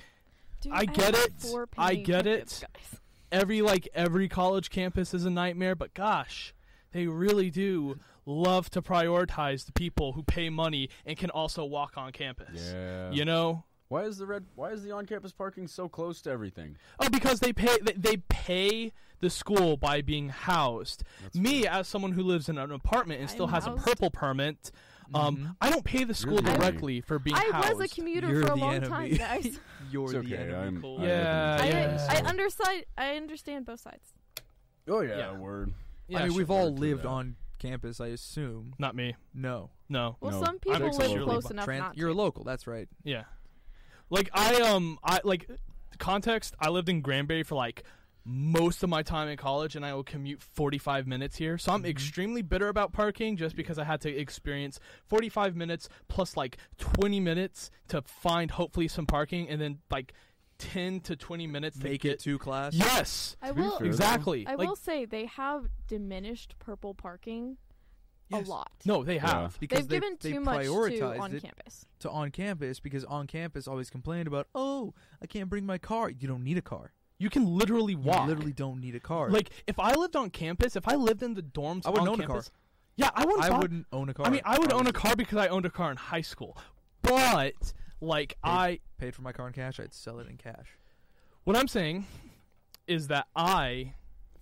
Dude, I get have it. four I pending get tickets, it. guys. every like every college campus is a nightmare, but gosh, they really do love to prioritize the people who pay money and can also walk on campus. Yeah. You know, Why is the red? Why is the on-campus parking so close to everything? Oh, because they pay they, they pay the school by being housed. Me, as someone who lives in an apartment and still I'm has a housed. purple permit, Mm-hmm. um, I don't pay the school the enemy. directly for being I housed. was a commuter You're for a the long enemy. time, guys. You're It's the okay, enemy, I'm- Cole. I- yeah, I, yeah. I underside. I understand both sides. Oh yeah. Yeah. Word. Yeah, I mean, sure. we've all We're through lived that. on campus, I assume. not me. No, No, Well, No, some people Jake's a live local. close Trans- enough Tran- not to. you're a local. That's right. yeah. Like I um I like context. I lived in Granbury for like most of my time in college, and I will commute 45 minutes here. So I'm Mm-hmm. extremely bitter about parking just because I had to experience 45 minutes plus like 20 minutes to find hopefully some parking, and then like 10 to 20 minutes to Make get it to class. Yes, I be will. fair, exactly. I like will say they have diminished purple parking Yes. a lot. No, they have. because they've they, given they too much to prioritized on it campus. to on campus because on campus always complained about, oh, I can't bring my car. You don't need a car. You can literally walk. You literally don't need a car. Like if I lived on campus, if I lived in the dorms, I wouldn't on own a car. campus, Yeah, I wouldn't. I fuck- wouldn't own a car. I mean, I would own a honestly. car because I owned a car in high school, but like I, Paid for my car in cash. I'd sell it in cash. what I'm saying is that I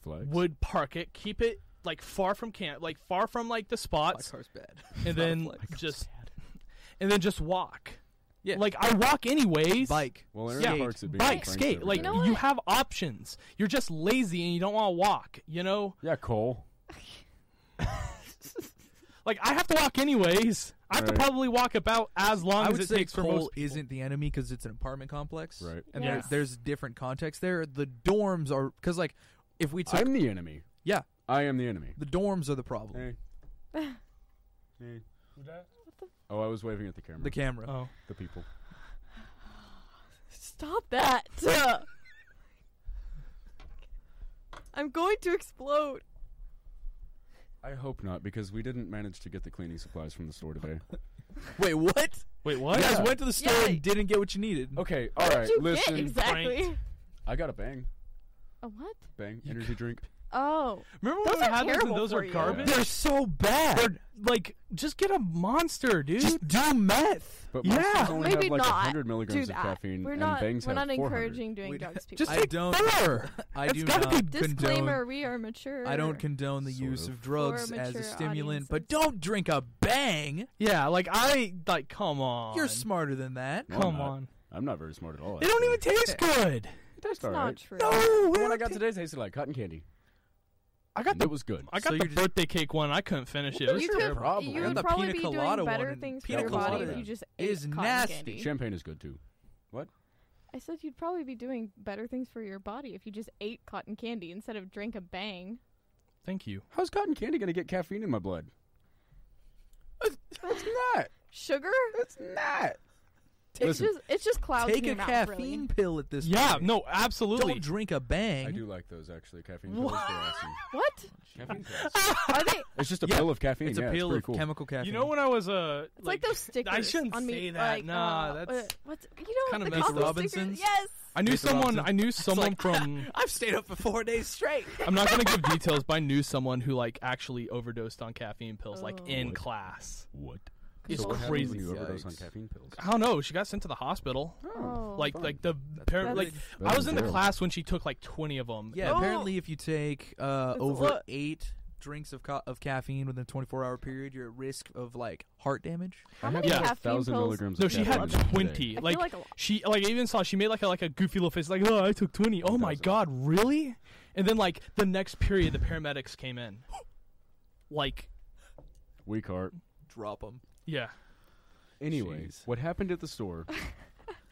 Flex. would park it, keep it like far from camp, like far from like the spots, car's bad. and then just and then just walk. Yeah. like I walk anyways. bike. well, Aaron skate. Parks would be Bike, Frank's skate, over like there. you, know what? have options. You're just lazy and you don't want to walk. You know, yeah, Cole. like I have to walk anyways. I have to Right. probably walk about as long I as would it say takes for Kroll most. people. isn't the enemy because it's an apartment complex, Right. And Yeah. there, there's different context there. The dorms are because like if we took I'm the enemy. yeah, I am the enemy. the dorms are the problem. Hey. hey. Oh, I was waving at the camera. The camera. Oh, the people. Stop that. I'm going to explode. I hope not, because we didn't manage to get the cleaning supplies from the store today. Wait, what? wait, what? You guys Yeah. went to the store Yeah. and didn't get what you needed. Okay, all right. What'd you listen, get exactly? Frank. I got a bang, A what? bang You energy drink. Oh, Remember Those when are we had those? And terrible those for are you. garbage. They're so bad. They're like, just get a monster, dude. Just do meth. But Yeah. monsters only maybe have like not. 100 do milligrams of that. caffeine, we're and not. bangs we're have not 400. encouraging doing Wait, drugs, people. just I take don't- four. I That's do gotta not be condone. Disclaimer: We are mature. I don't condone the Sort use of. of drugs For as a mature stimulant, but audiences. don't drink a bang. Yeah, like I like. Come on, You're smarter than that. No, I'm Come not. on, I'm not very smart at all. they don't actually. even taste good. It tastes That's not alright. true. No, The one I got today tasted like cotton candy. I And got the it was good. I got So the you're just- birthday cake one. I couldn't finish it. it Well, was you your could, problem. I you got would the probably pina be colada doing better one, things for pina your body colada if you just ate is cotton nasty. candy. Champagne is good too. I said you'd probably be doing better things for your body if you just ate cotton candy instead of drink a bang. Thank you. How's cotton candy gonna get caffeine in my blood? It's it's not. Sugar? It's not. It's Listen, just it's just clouds Take in a your mouth, really. caffeine pill at this Yeah, point. no, absolutely. Don't drink a bang. I do like those actually. Caffeine pills. They're awesome. What? Caffeine Are they? It's just a Yeah. pill of caffeine. It's yeah, a pill pretty of cool. chemical caffeine. You know when I was uh, It's like, those stickers. I shouldn't on me, say that. Like, Nah, uh, that's- uh, what's you know kinda the messed Costco up. stickers. Robinsons? Yes. I knew Mr. someone. Robinson. I knew someone like, from. I've stayed up for four days straight. I'm not gonna give details, but I knew someone who like actually overdosed on caffeine pills, like Oh. in What? class. What? It's So what happens crazy. When you overdose on Yikes. caffeine pills. I don't know. She got sent to the hospital. Oh. like, fun. like the par- That's- like Better I than was in the zero. class when she took like 20 of them. Yeah, Oh. apparently if you take uh, That's a over lot. eight drinks of co- of caffeine within a 24 hour period, you're at risk of like heart damage. How I many yeah, had caffeine 1,000 pills? milligrams No, of she had caffeine today. 20. I Like, feel like a lot. she like I even saw she made like a like a goofy little face like, "Oh, I took 20. Oh my god, really?" And then like the next period the paramedics came in. Like, Weak heart. Drop them. yeah. Anyway, Jeez. what happened at the store?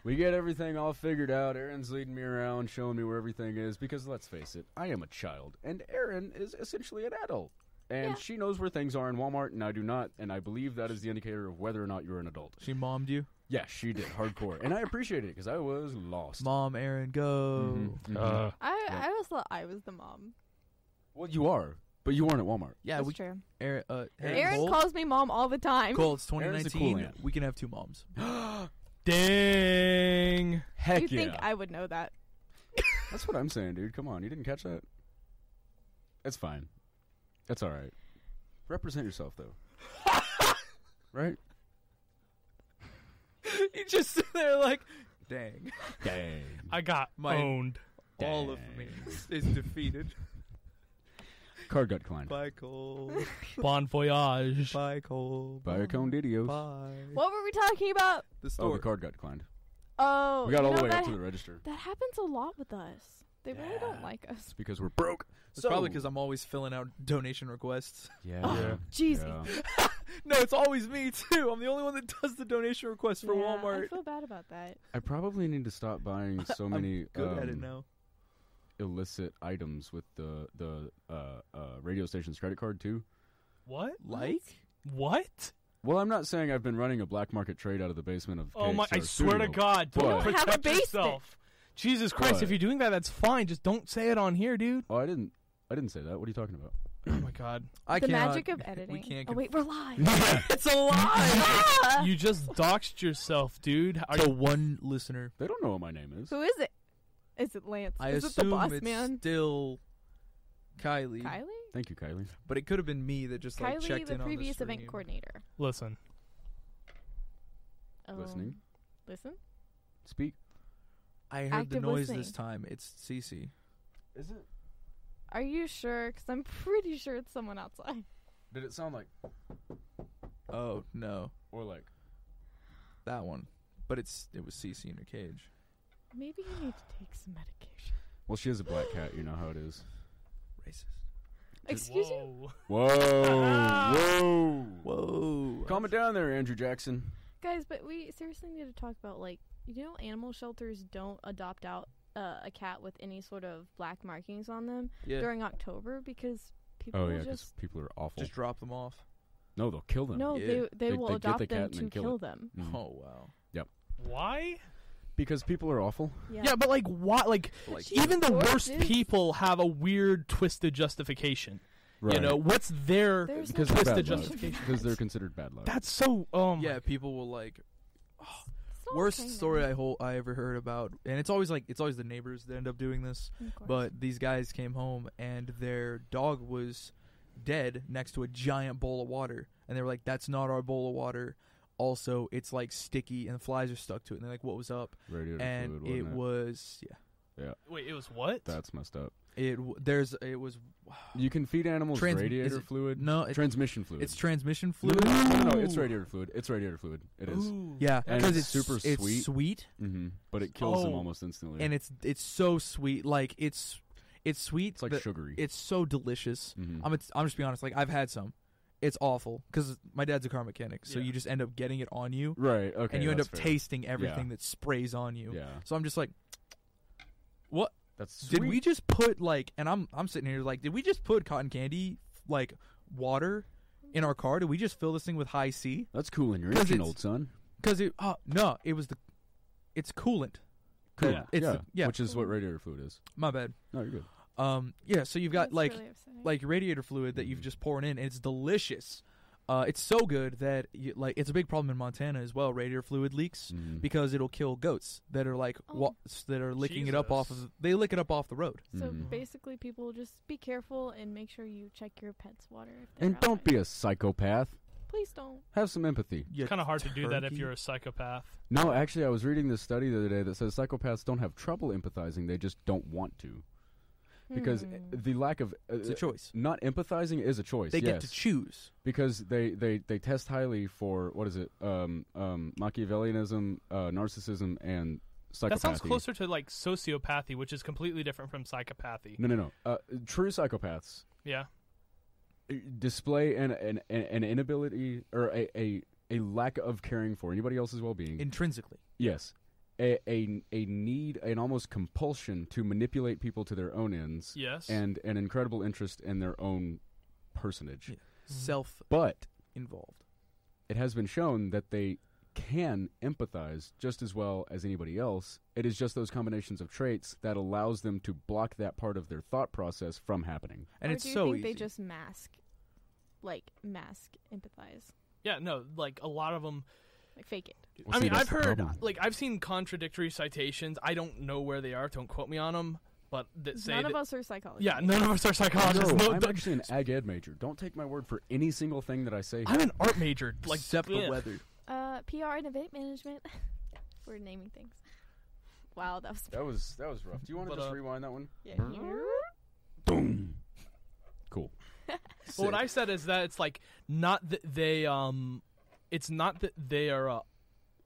we get everything all figured out. Aaron's leading me around, showing me where everything is. Because let's face it, I am a child, and Aaron is essentially an adult. And Yeah. she knows where things are in Walmart, and I do not. And I believe that is the indicator of whether or not you're an adult. She mommed you. Yeah, she did hardcore, and I appreciated it because I was lost. Mom, Aaron, go. Mhm, mhm. Mm-hmm. Uh, I Yeah. I always thought I was the mom. well, you are, but you weren't at Walmart. Yeah, That's we, true. Aaron, uh, Aaron, Aaron Cole, calls me mom all the time. Cole, it's Aaron's a 2019. cool aunt. we can have two moms. Dang. Heck you yeah! think I would know that? That's what I'm saying, dude. Come on, you didn't catch that. That's fine. That's all right. Represent yourself, though. right? you just sit there like, dang, Dang. I got My- owned. all of me is defeated. Card got declined. Bye, Cole. Bon voyage. Bye, Cole. Buy a cone Didios. Bye. What were we talking about? The Oh, store. the card got declined. Oh, We got you all know the way that, up to the register. that happens a lot with us. They really don't Yeah. like us. It's because we're broke. It's probably because I'm always filling out donation requests. Yeah. Oh, Jeezy. yeah. no, it's always me too. I'm the only one that does the donation requests for Yeah, I Walmart. feel bad about that. I probably need to stop buying so I'm many good at it um, now. illicit items with the the uh, uh, radio station's credit card too. What? Like, What? Well, I'm not saying I've been running a black market trade out of the basement of. Oh KXR my! I swear to studio. God, don't What? You don't have a protect basement. yourself. Jesus Christ! What? If you're doing that, that's fine. Just don't say it on here, dude. Oh, I didn't. I didn't say that. What are you talking about? Oh my god. I the cannot- magic of editing. We can't. oh conf- wait, we're live. it's a lie. Ah! You just doxed yourself, dude. Are to you, one listener, They don't know what my name is. Who is it? Is it Lance? I is it the assume boss it's man? still Kylie, Kylie? Thank you, Kylie. but it could have been me that just like Kylie, checked the in previous on the event stream. coordinator. listen. Um, Listening. Listen. Speak. I heard the Active noise this listening. time. It's Cece. Is it? Are you sure? Because I'm pretty sure it's someone outside. Did it sound like Oh no, or like? that one. But it's it was Cece in her cage. Maybe you need to take some medication. Well, she is a black cat. You know how it is. Racist. Excuse you? Whoa, whoa. Whoa. Calm it down there, Andrew Jackson. Guys, but we seriously need to talk about like you know animal shelters don't adopt out uh, a cat with any sort of black markings on them Yeah. Oh, during October because people will just Oh, people are awful. Just drop them off. no, they'll kill them. no Yeah. they they, They- will they get the adopt them cat and to then kill, kill it. them. Mhm. Oh wow. Why? Because people are awful. Yeah. Yeah, but like, why? Like, Like She's even the gorgeous. worst people have a weird, twisted justification. You know, what's their There's because no- they're twisted bad luck. justification? Because they're considered bad luck. That's so. Um. yeah, people will like It's not worst Oh, okay, story man. I whole I ever heard about, and it's always like it's always the neighbors that end up doing this. Of course. But these guys came home and their dog was dead next to a giant bowl of water, and they were like, "That's not our bowl of water." Also, it's like sticky and flies are stuck to it. And they're like, "What was up?" Radioactive and fluid, it wasn't was yeah, Wait, it was what? That's messed up. it w- there's it was You can feed animals Trans- is radiator it- fluid. no it, transmission fluid. it's transmission No, fluid. No, no, no, it's radiator fluid. It's radiator fluid. It is. Ooh. Yeah, And because it's it's super it's sweet. sweet Mm-hmm. But it kills them Oh. almost instantly. and it's it's so sweet. Like it's it's sweet. it's like that- sugary. it's so delicious. Mhm. I'm it's, I'm just being honest. Like I've had some. It's awful because my dad's a car mechanic, so Yeah. you just end up getting it on you, right. Okay. and you end up that's fair. tasting everything that sprays on you. Yeah. So I'm just like, what That's did we just put like? And I'm I'm sitting here like, did we just put cotton candy like water in our car? Did we just fill this thing with high C? That's cool in your 'Cause engine, it's- old son. Because it oh no, it was the it's coolant. Cool. Yeah. It's yeah. the- yeah. Which is what radiator fluid is. My bad. No, you're good. Um yeah, so you've got That's like really upsetting. like radiator fluid that you've Mm-hmm. just pouring in, and it's delicious. Uh, it's so good that you, like it's a big problem in Montana as well. Radiator fluid leaks Mm-hmm. Mhm. because it'll kill goats that are like Oh. wa- that are licking it up off Jesus. of. They lick it up off the road. so Mhm. basically people just be careful and make sure you check your pet's water if they're And don't outside. be a psychopath. please don't Have some empathy. Yeah, kind of hard to do that if turkey. you're a psychopath. No, actually, I was reading this study the other day that says psychopaths don't have trouble empathizing; they just don't want to, because Hmm. the lack of uh, it's a choice. not empathizing is a choice. They yes, get to choose. Mm-hmm. because they, they, they test highly for what is it? Um, um, Machiavellianism, uh, narcissism, and psychopathy. That sounds closer to like sociopathy, which is completely different from psychopathy. No, no, no. Uh, true psychopaths Yeah. uh, display an an, an an inability or a, a a lack of caring for anybody else's well being. Intrinsically, Yes. A, a, a need, an almost compulsion to manipulate people to their own ends, Yes. and an incredible interest in their own personage. Yeah. Mm-hmm. self But involved. it has been shown that they can empathize just as well as anybody else. It is just those combinations of traits that allows them to block that part of their thought process from happening. And or it's do you so think easy. they just mask like mask empathize yeah. No. Like a lot of them. like fake it Well, I see, mean, that's I've the heard. problem. Like I've seen contradictory citations. I don't know where they are. Don't quote me on them. But that say none that, of us are psychologists Yeah, none of us are psychologists. No, No, I'm th- actually an ag ed major. Don't take my word for any single thing that I say. I'm an art major. Like except the bleh. weather. uh pr and event management we're naming things wow that was That was that was rough. Do you want to But, just uh, rewind that one? yeah. Cool. But what I said is that it's like not that they um, it's not that they are uh,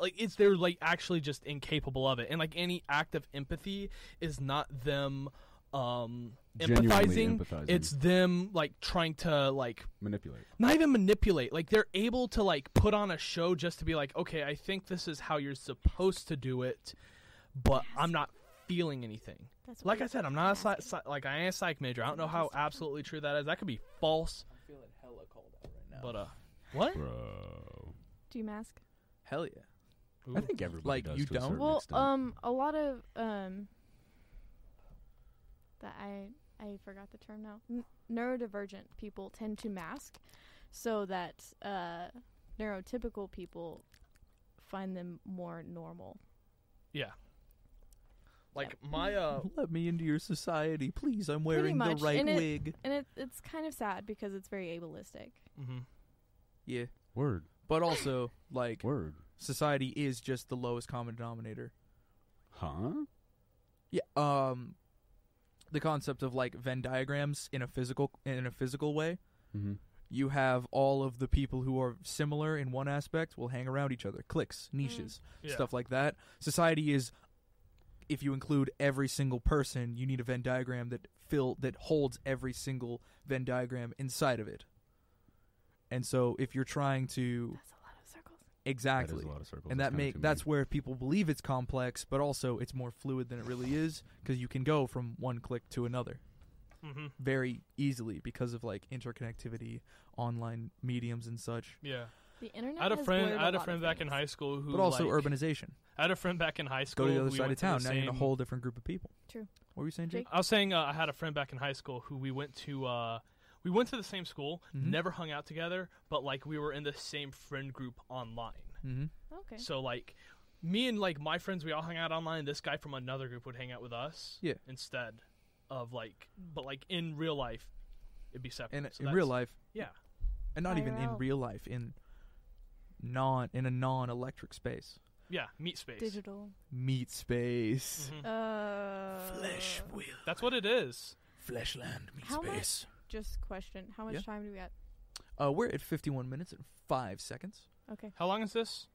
like it's they're like actually just incapable of it, and like any act of empathy is not them um Genuinely empathizing. empathizing. It's them like trying to like manipulate. not even manipulate. Like they're able to like put on a show just to be like, okay, I think this is how you're supposed to do it, but I'm not feeling anything. That's Like what I said, I'm not a psych, psych, like I am a psych major. I don't know how absolutely true that is. That could be false. I'm feeling hella cold out right But uh, what? Bro. do you mask Hell yeah. I think everybody Like, does you to a don't? um, certain well extent. um a lot of um that i I forgot the term now. N- neurodivergent people tend to mask, so that uh, neurotypical people find them more normal. Yeah. Like my uh, Let me into your society, please. I'm Pretty wearing the much, right and it- wig. And it, it's kind of sad because it's very ableistic. Mm-hmm. Yeah, Word. but also like Word. society is just the lowest common denominator. Huh? Yeah. Um, the concept of like Venn diagrams in a physical in a physical way. Mm-hmm. You have all of the people who are similar in one aspect will hang around each other, cliques, Mm. niches, Yeah. stuff like that. Society is, if you include every single person, you need a Venn diagram that fill that holds every single Venn diagram inside of it. And so, if you're trying to That's a lot of circles. exactly, That is a lot of circles. and That's that kinda make too that's where people believe it's complex, but also it's more fluid than it really is because you can go from one click to another Mm-hmm. very easily because of like interconnectivity, online mediums and such, Yeah. The internet. I had a has friend. blurred I had a lot of friend back in things. high school who, but also like, urbanization. I had a friend back in high school. Go to the who other we side of went to the town. Now you're in a same- whole different group of people. True. What were you saying, Jake? Jake? I was saying uh, I had a friend back in high school who we went to. Uh, we went to the same school, Mhm. never hung out together, but like we were in the same friend group online. Mm-hmm. Okay. So like, me and like my friends, we all hung out online. This guy from another group would hang out with us. Yeah. Instead of like, but like in real life, it'd be separate. And So in that's- real life, yeah, and not even in IRL. real life, in non in a non-electric space, yeah, meet space. Digital. meat space, Mhm. Uh, Mm-hmm. wheel, That's what it is. fleshland, meat How much- Just question. How much Yeah. time do we got? Uh, we're at 51 minutes and five seconds. How long is this?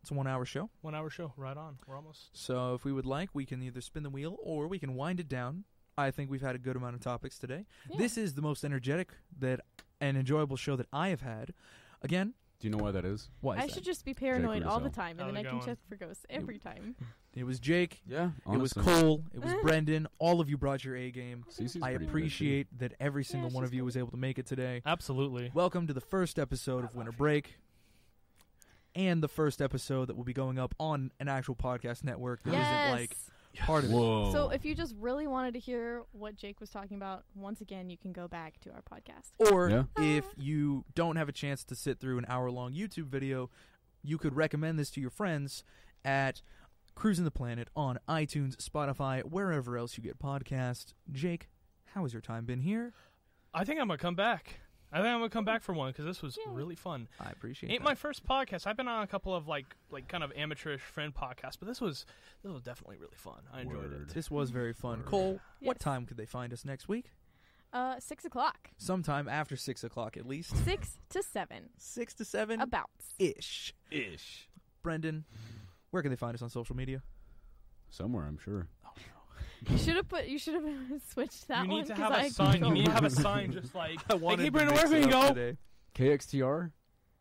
It's a one-hour show. One hour show. Right on. We're almost. So if we would like, we can either spin the wheel or we can wind it down. I think we've had a good amount of topics today. Yeah. This is the most energetic that and enjoyable show that I have had. Again, Do you know why that is? why is I that? should just be paranoid all the Rudisell. time, How's and then it I can going? check for ghosts every time. It was Jake. Yeah. It was Cole. It was Brendan. All of you brought your A game. Cece's I pretty good, too. appreciate that every single Yeah, one she's of you cool. was able to make it today. Absolutely. Welcome to the first episode of Winter Break. And the first episode that will be going up on an actual podcast network that yes. not like part of it. Whoa. So if you just really wanted to hear what Jake was talking about, once again, you can go back to our podcast. Or Yeah. if you don't have a chance to sit through an hour long YouTube video, you could recommend this to your friends at Cruising the Planet on iTunes, Spotify, wherever else you get podcasts. Jake, how has your time been here? I think I'm gonna come back. I think I'm gonna come back for one because this was Yay. really fun. I appreciate Ain't that. my first podcast. I've been on a couple of like like kind of amateurish friend podcasts, but this was this was definitely really fun. I enjoyed Word. it. this was very fun. Word. Cole, what Yes. time could they find us next week? Uh, six o'clock, Sometime after 6 o'clock at least. six to seven, 6 to 7 about. ish. ish. Brendan, where can they find us on social media? Somewhere, I'm sure. You should have put. You should have switched that you one. need to 'cause have a I sign. You don't- need to have a sign just like I wanted to Brendan, mix where it can you up go? Today. KXTR,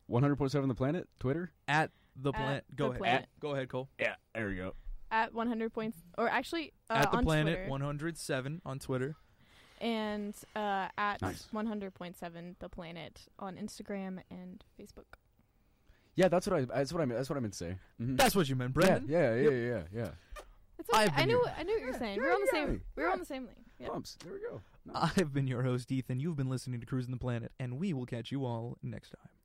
100.7 The Planet, Twitter. At the At planet. Go the ahead. planet. At- go ahead, Cole. Yeah, there you go. at one hundred points, or actually uh, at the on planet Twitter 107 on Twitter. and uh, at Nice. one hundred point seven, the planet on Instagram and Facebook. Yeah, that's what I. That's what I. meant- That's what I meant to say. Mhm. That's what you meant, yeah, Brendan. yeah, yeah, yeah, yeah. It's okay. I've I been knew. here. I knew what you were Yeah, saying. yeah, we were on the yeah, same. We yeah. were on the same lane. Yeah. Bumps. There we go. Nice. I've been your host, Ethan. You've been listening to Cruising the Planet, and we will catch you all next time.